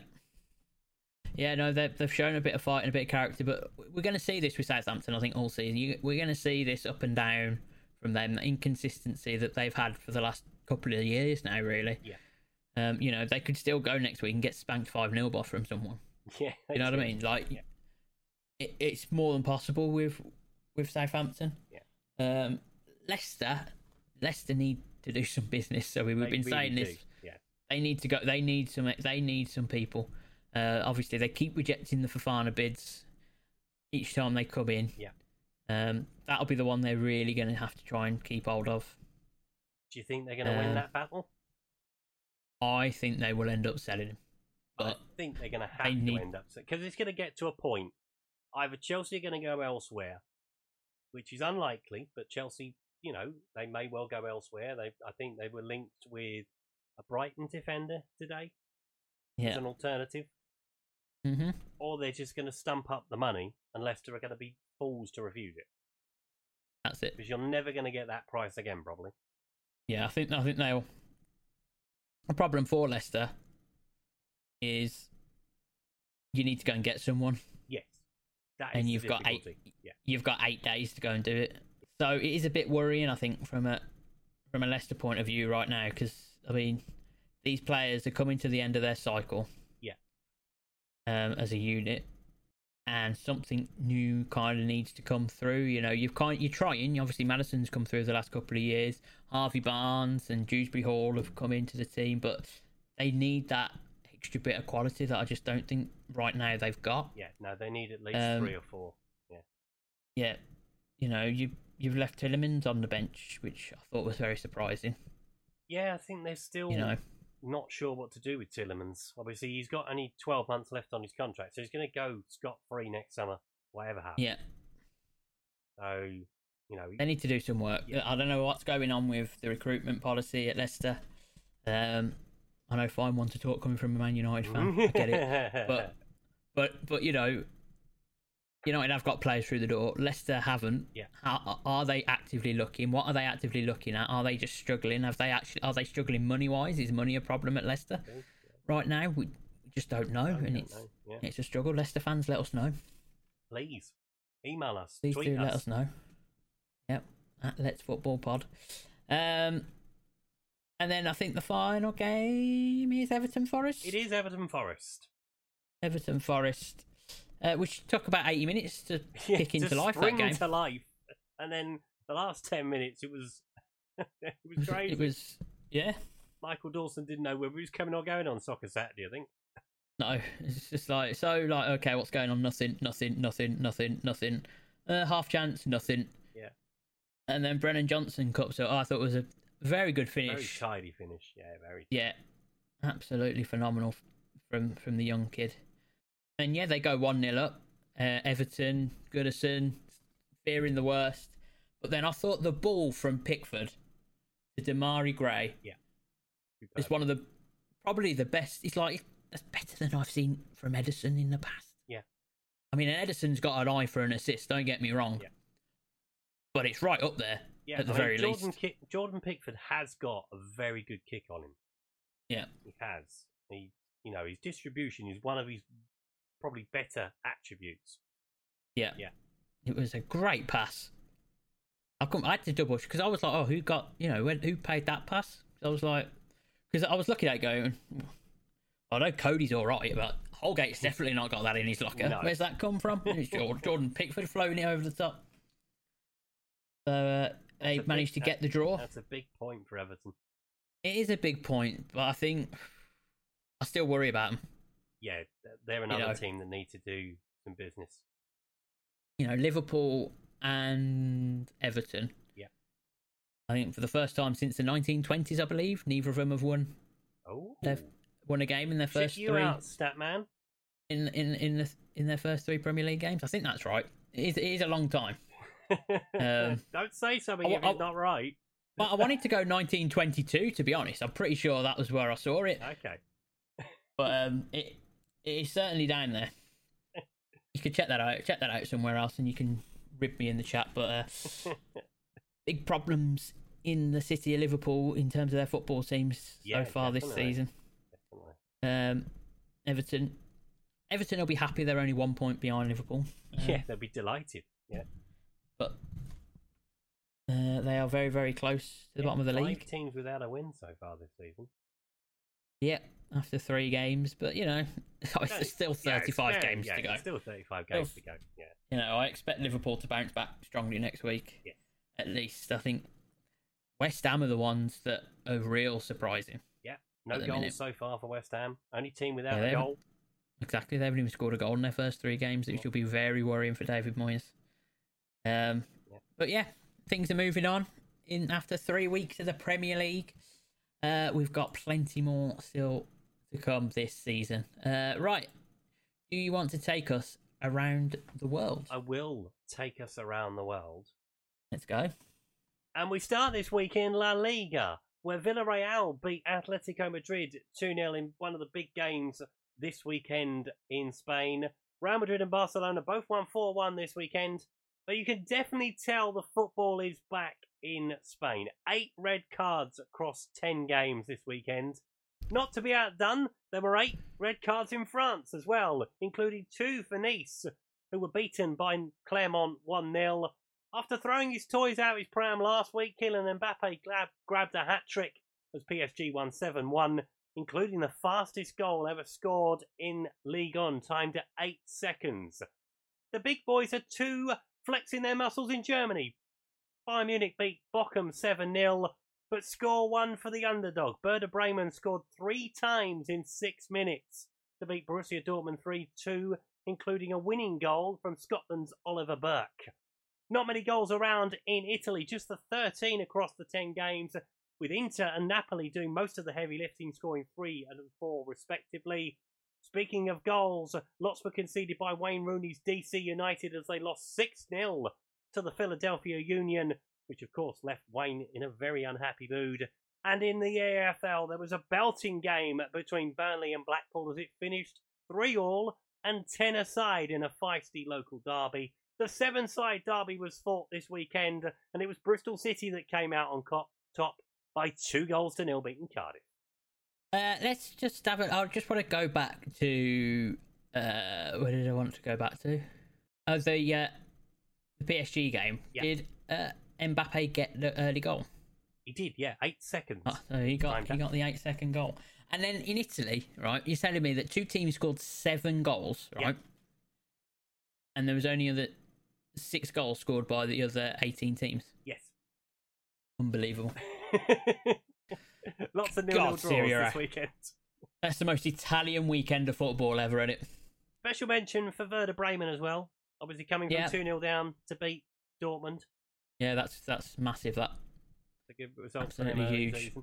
Speaker 1: Yeah, no, they've, they've shown a bit of fight and a bit of character, but we're going to see this with Southampton, I think, all season. You, we're going to see this up and down from them, the inconsistency that they've had for the last couple of years now, really.
Speaker 2: Yeah.
Speaker 1: Um, you know, they could still go next week and get spanked 5 0 by from someone.
Speaker 2: Yeah.
Speaker 1: You know what I mean? Like,
Speaker 2: Yeah.
Speaker 1: it, it's more than possible with with Southampton.
Speaker 2: Yeah.
Speaker 1: Um, Leicester, Leicester need to do some business. So we, we've
Speaker 2: They
Speaker 1: been
Speaker 2: really
Speaker 1: saying
Speaker 2: do.
Speaker 1: this
Speaker 2: Yeah.
Speaker 1: they need to go. They need some. They need some people. Uh, obviously, they keep rejecting the Fafana bids each time they come in.
Speaker 2: Yeah.
Speaker 1: Um, that'll be the one they're really going to have to try and keep hold of.
Speaker 2: Do you think they're going to win
Speaker 1: Um,
Speaker 2: that battle?
Speaker 1: I think they will end up selling him.
Speaker 2: I
Speaker 1: But
Speaker 2: think they're going to have
Speaker 1: need-
Speaker 2: to end up because it's going to get to a point. Either Chelsea are going to go elsewhere, which is unlikely, but Chelsea, you know, they may well go elsewhere. They, I think, they were linked with a Brighton defender today as
Speaker 1: yeah.
Speaker 2: an alternative.
Speaker 1: hmm
Speaker 2: or they're just going to stump up the money, and Leicester are going to be fools to refuse it
Speaker 1: That's it.
Speaker 2: because you're never going to get that price again, probably.
Speaker 1: Yeah, I think I think they'll. The problem for Leicester is you need to go and get someone.
Speaker 2: Yes, that is
Speaker 1: And
Speaker 2: the
Speaker 1: you've got eight-
Speaker 2: difficulty. Yeah,
Speaker 1: You've got eight days to go and do it, so it is a bit worrying. I think from a from a Leicester point of view right now, because I mean these players are coming to the end of their cycle.
Speaker 2: Yeah.
Speaker 1: Um, as a unit, and something new kind of needs to come through. You know, you've kind you're trying. Obviously, Madison's come through the last couple of years. Harvey Barnes and Dewsbury Hall have come into the team, but they need that extra bit of quality that I just don't think right now they've got.
Speaker 2: yeah. No, they need at least
Speaker 1: Um,
Speaker 2: three or four.
Speaker 1: Yeah, you know, you you've left Tillemans on the bench, which I thought was very surprising.
Speaker 2: Yeah, I think they're still
Speaker 1: You know,
Speaker 2: not sure what to do with Tillemans. Obviously, he's got only twelve months left on his contract, so he's going to go scot free next summer, whatever happens.
Speaker 1: yeah,
Speaker 2: So You know,
Speaker 1: They need to do some work. I don't know what's going on with the recruitment policy at Leicester. Um, I know fine one to talk coming from a Man United fan. I get it. But but but you know, United have got players through the door. Leicester haven't.
Speaker 2: Yeah.
Speaker 1: How, are they actively looking? What are they actively looking at? Are they just struggling? Have they actually? Are they struggling money wise? Is money a problem at Leicester right now? We just don't know, and it's
Speaker 2: yeah.
Speaker 1: it's a struggle. Leicester fans, let us know.
Speaker 2: please email us,
Speaker 1: Please
Speaker 2: tweet
Speaker 1: do
Speaker 2: us.
Speaker 1: let us know. Yep, at Let's Football Pod. Um, and then I think the final game is Everton Forest.
Speaker 2: It is Everton Forest.
Speaker 1: Everton Forest, uh, which took about eighty minutes to
Speaker 2: Yeah,
Speaker 1: kick into
Speaker 2: to
Speaker 1: life. That
Speaker 2: spring
Speaker 1: game.
Speaker 2: to life, and then the last ten minutes, it was it was crazy.
Speaker 1: It was yeah.
Speaker 2: Michael Dawson didn't know whether he was coming or going on Soccer Saturday. I think.
Speaker 1: No, it's just like so. Like okay, what's going on? Nothing. Nothing. Nothing. Nothing. Nothing. Uh, half chance. Nothing.
Speaker 2: Yeah.
Speaker 1: And then Brennan Johnson cups it. I thought it was a very good
Speaker 2: Very
Speaker 1: finish.
Speaker 2: tidy finish. Yeah, very.
Speaker 1: yeah, absolutely phenomenal f- from from the young kid. And yeah, they go one 0 up. Uh, Everton, Goodison, fearing the worst. But then I thought the ball from Pickford to Damari Gray
Speaker 2: superb.
Speaker 1: is one of the probably the best. It's like that's better than I've seen from Edison in the past.
Speaker 2: Yeah.
Speaker 1: I mean, Edison's got an eye for an assist. Don't get me wrong.
Speaker 2: Yeah.
Speaker 1: But it's right up there
Speaker 2: Yeah,
Speaker 1: at the
Speaker 2: I mean,
Speaker 1: very
Speaker 2: Jordan
Speaker 1: least.
Speaker 2: Ki- Jordan Pickford has got a very good kick on him.
Speaker 1: Yeah.
Speaker 2: He has. He, you know, his distribution is one of his probably better attributes.
Speaker 1: Yeah.
Speaker 2: Yeah.
Speaker 1: It was a great pass. I couldn't, I had to double because I was like, oh, who got you know when, who paid that pass? I was like, because I was looking at it going, "Oh, I know Cody's all right, but Holgate's definitely not got that in his locker.
Speaker 2: No.
Speaker 1: Where's that come from? It's Jordan, Jordan Pickford floating it over the top. So uh, they
Speaker 2: That's a
Speaker 1: managed to
Speaker 2: big-
Speaker 1: get the draw.
Speaker 2: That's a big point for Everton.
Speaker 1: It is a big point, but I think I still worry about him.
Speaker 2: Yeah, th- they're another
Speaker 1: know.
Speaker 2: team that need to do some business.
Speaker 1: you know, Liverpool and Everton.
Speaker 2: Yeah.
Speaker 1: I think for the first time since the 1920s, I believe, neither of them have won
Speaker 2: Oh,
Speaker 1: They've- won a game in their
Speaker 2: check
Speaker 1: first
Speaker 2: you
Speaker 1: three
Speaker 2: out, stat man.
Speaker 1: in in in the, in their first three Premier League games. I think that's right. It is, it is a long time. Um,
Speaker 2: Don't say something
Speaker 1: I-
Speaker 2: if it's
Speaker 1: I-
Speaker 2: not right.
Speaker 1: But I wanted to go 1922 to be honest. I'm pretty sure that was where I saw it.
Speaker 2: Okay.
Speaker 1: But um, it it is certainly down there. You could check that out. Check that out somewhere else, and you can rib me in the chat. But uh, big problems in the city of Liverpool in terms of their football teams
Speaker 2: Yeah,
Speaker 1: so far this
Speaker 2: definitely.
Speaker 1: season.
Speaker 2: Definitely.
Speaker 1: Um, Everton, Everton will be happy they're only one point behind Liverpool, Um,
Speaker 2: Yeah, they'll be delighted. Yeah.
Speaker 1: but uh, they are very very close to the bottom of the
Speaker 2: Five
Speaker 1: league.
Speaker 2: teams without a win so far this season.
Speaker 1: Yeah, after three games, but you know,
Speaker 2: No,
Speaker 1: there's still
Speaker 2: yeah, it's
Speaker 1: 35
Speaker 2: fair,
Speaker 1: games
Speaker 2: yeah,
Speaker 1: to go.
Speaker 2: Still 35 games
Speaker 1: Oh.
Speaker 2: to go. Yeah.
Speaker 1: you know, I expect Liverpool to bounce back strongly next week.
Speaker 2: Yeah.
Speaker 1: At least I think West Ham are the ones that are real surprising.
Speaker 2: No
Speaker 1: at the
Speaker 2: goals
Speaker 1: minute.
Speaker 2: so far for West Ham. Only team without
Speaker 1: Yeah, they
Speaker 2: a
Speaker 1: haven't-
Speaker 2: goal.
Speaker 1: Exactly, they haven't even scored a goal in their first three games, which will be very worrying for David Moyes. Um,
Speaker 2: Yeah.
Speaker 1: but yeah, things are moving on. In after three weeks of the Premier League, uh, we've got plenty more still to come this season. Uh, right, do you want to take us around the world?
Speaker 2: I will take us around the world.
Speaker 1: Let's go.
Speaker 2: And we start this week in La Liga, where Villarreal beat Atletico Madrid 2 0 in one of the big games this weekend in Spain. Real Madrid and Barcelona both won 4 1 this weekend, but you can definitely tell the football is back in Spain. Eight red cards across 10 games this weekend. Not to be outdone, there were eight red cards in France as well, including two for Nice, who were beaten by Clermont 1 0. After throwing his toys out his pram last week, Kylian Mbappe grab, grabbed a hat trick as PSG won 7 1, including the fastest goal ever scored in League On, timed at 8 seconds. The big boys are too flexing their muscles in Germany. Bayern Munich beat Bochum 7 0, but score one for the underdog. Werder Bremen scored three times in six minutes to beat Borussia Dortmund 3 2, including a winning goal from Scotland's Oliver Burke. Not many goals around in Italy, just the 13 across the 10 games, with Inter and Napoli doing most of the heavy lifting, scoring three and four respectively. Speaking of goals, lots were conceded by Wayne Rooney's DC United as they lost 6 0 to the Philadelphia Union, which of course left Wayne in a very unhappy mood. And in the AFL, there was a belting game between Burnley and Blackpool as it finished 3 all and 10 aside in a feisty local derby. The seven side derby was fought this weekend, and it was Bristol City that came out on cop- top by two goals to nil, beating Cardiff.
Speaker 1: Uh, let's just have it. I just want to go back to uh, where did I want to go back to? Oh, the uh, the PSG game.
Speaker 2: Yeah.
Speaker 1: Did uh, Mbappe get the early goal?
Speaker 2: He did, yeah, eight seconds.
Speaker 1: Oh, so he got
Speaker 2: Timed
Speaker 1: he
Speaker 2: out.
Speaker 1: got the eight second goal. And then in Italy, right, you're telling me that two teams scored seven goals,
Speaker 2: Yeah.
Speaker 1: right? And there was only other six goals scored by the other eighteen teams.
Speaker 2: Yes.
Speaker 1: Unbelievable.
Speaker 2: Lots of nil-nil
Speaker 1: God,
Speaker 2: draws
Speaker 1: Serie A.
Speaker 2: this weekend.
Speaker 1: That's the most Italian weekend of football ever, isn't it?
Speaker 2: Special mention for Werder Bremen as well. Obviously coming from
Speaker 1: Yeah.
Speaker 2: 2-0 down to beat Dortmund.
Speaker 1: Yeah, that's that's massive. That
Speaker 2: It's a good result for
Speaker 1: Absolutely
Speaker 2: them early
Speaker 1: huge.
Speaker 2: season.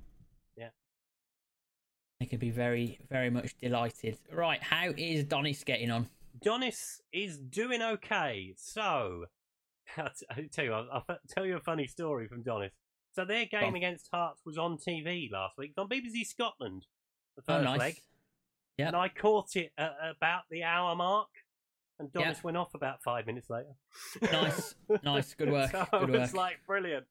Speaker 1: they could be very very much delighted. Right, how is Donis getting on?
Speaker 2: Donis is doing okay. So, I'll, t- I'll tell you, I'll, I'll f- tell you a funny story from Donis. So their game
Speaker 1: on.
Speaker 2: against Hearts was on TV last week on BBC Scotland. The
Speaker 1: Oh,
Speaker 2: first
Speaker 1: nice.
Speaker 2: leg,
Speaker 1: Yeah.
Speaker 2: and I caught it at about the hour mark, and
Speaker 1: Yeah.
Speaker 2: Donis went off about five minutes later.
Speaker 1: Nice, nice, good work,
Speaker 2: so
Speaker 1: good work.
Speaker 2: It's like brilliant.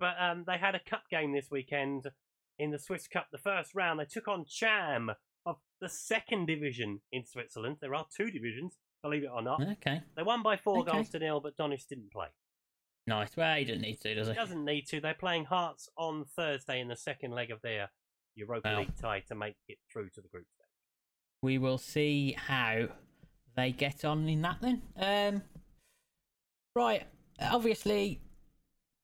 Speaker 2: But um, they had a cup game this weekend in the Swiss Cup. The first round, they took on Cham of the second division in Switzerland. There are two divisions, believe it or not.
Speaker 1: Okay,
Speaker 2: They won by four
Speaker 1: Okay.
Speaker 2: goals to nil, but Donish didn't play.
Speaker 1: nice. Well, he doesn't need to, does he?
Speaker 2: Doesn't need to. They're playing Hearts on Thursday in the second leg of their Europa
Speaker 1: Wow.
Speaker 2: League tie to make it through to the group stage.
Speaker 1: We will see how they get on in that then. Um, right, obvioly,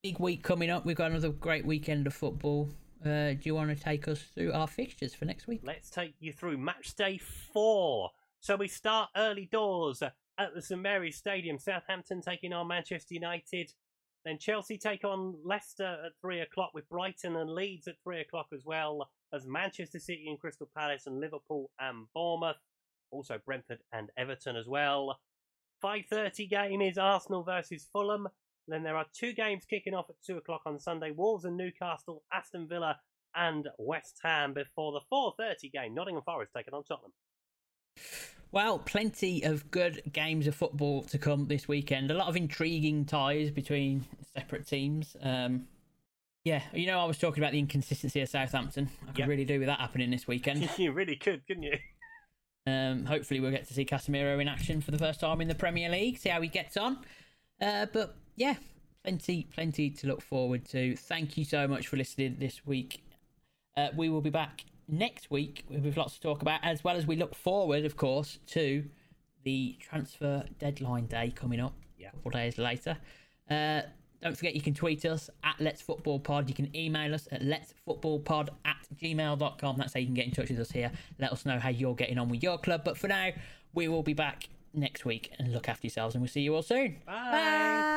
Speaker 1: big week coming up. We've got another great weekend of football. Uh, do you want to take us through our fixtures for next week?
Speaker 2: Let's take you through match day four. So we start early doors at the St Mary's Stadium. Southampton taking on Manchester United. Then Chelsea take on Leicester at three o'clock with Brighton and Leeds at three o'clock as well as Manchester City and Crystal Palace and Liverpool and Bournemouth. Also Brentford and Everton as well. 5.30 game is Arsenal versus Fulham. Then there are two games kicking off at two o'clock on Sunday. Wolves and Newcastle, Aston Villa and West Ham before the 4:30 game. Nottingham Forest taking on Tottenham.
Speaker 1: Well, plenty of good games of football to come this weekend. A lot of intriguing ties between separate teams. Um, yeah, you know, I was talking about the inconsistency of Southampton. I could
Speaker 2: Yep.
Speaker 1: really do with that happening this weekend.
Speaker 2: you really could, couldn't you?
Speaker 1: Um, hopefully, we'll get to see Casemiro in action for the first time in the Premier League. See how he gets on. Uh, but yeah, plenty, plenty to look forward to. Thank you so much for listening this week. Uh, we will be back next week with lots to talk about, as well as we look forward, of course, to the transfer deadline day coming up
Speaker 2: Yeah.
Speaker 1: a couple days later. Uh, don't forget you can tweet us at Let's Football Pod. You can email us at Let's Football Pod at gmail.com. That's how you can get in touch with us here. Let us know how you're getting on with your club. But for now, we will be back next week and look after yourselves and we'll see you all soon.
Speaker 2: Bye.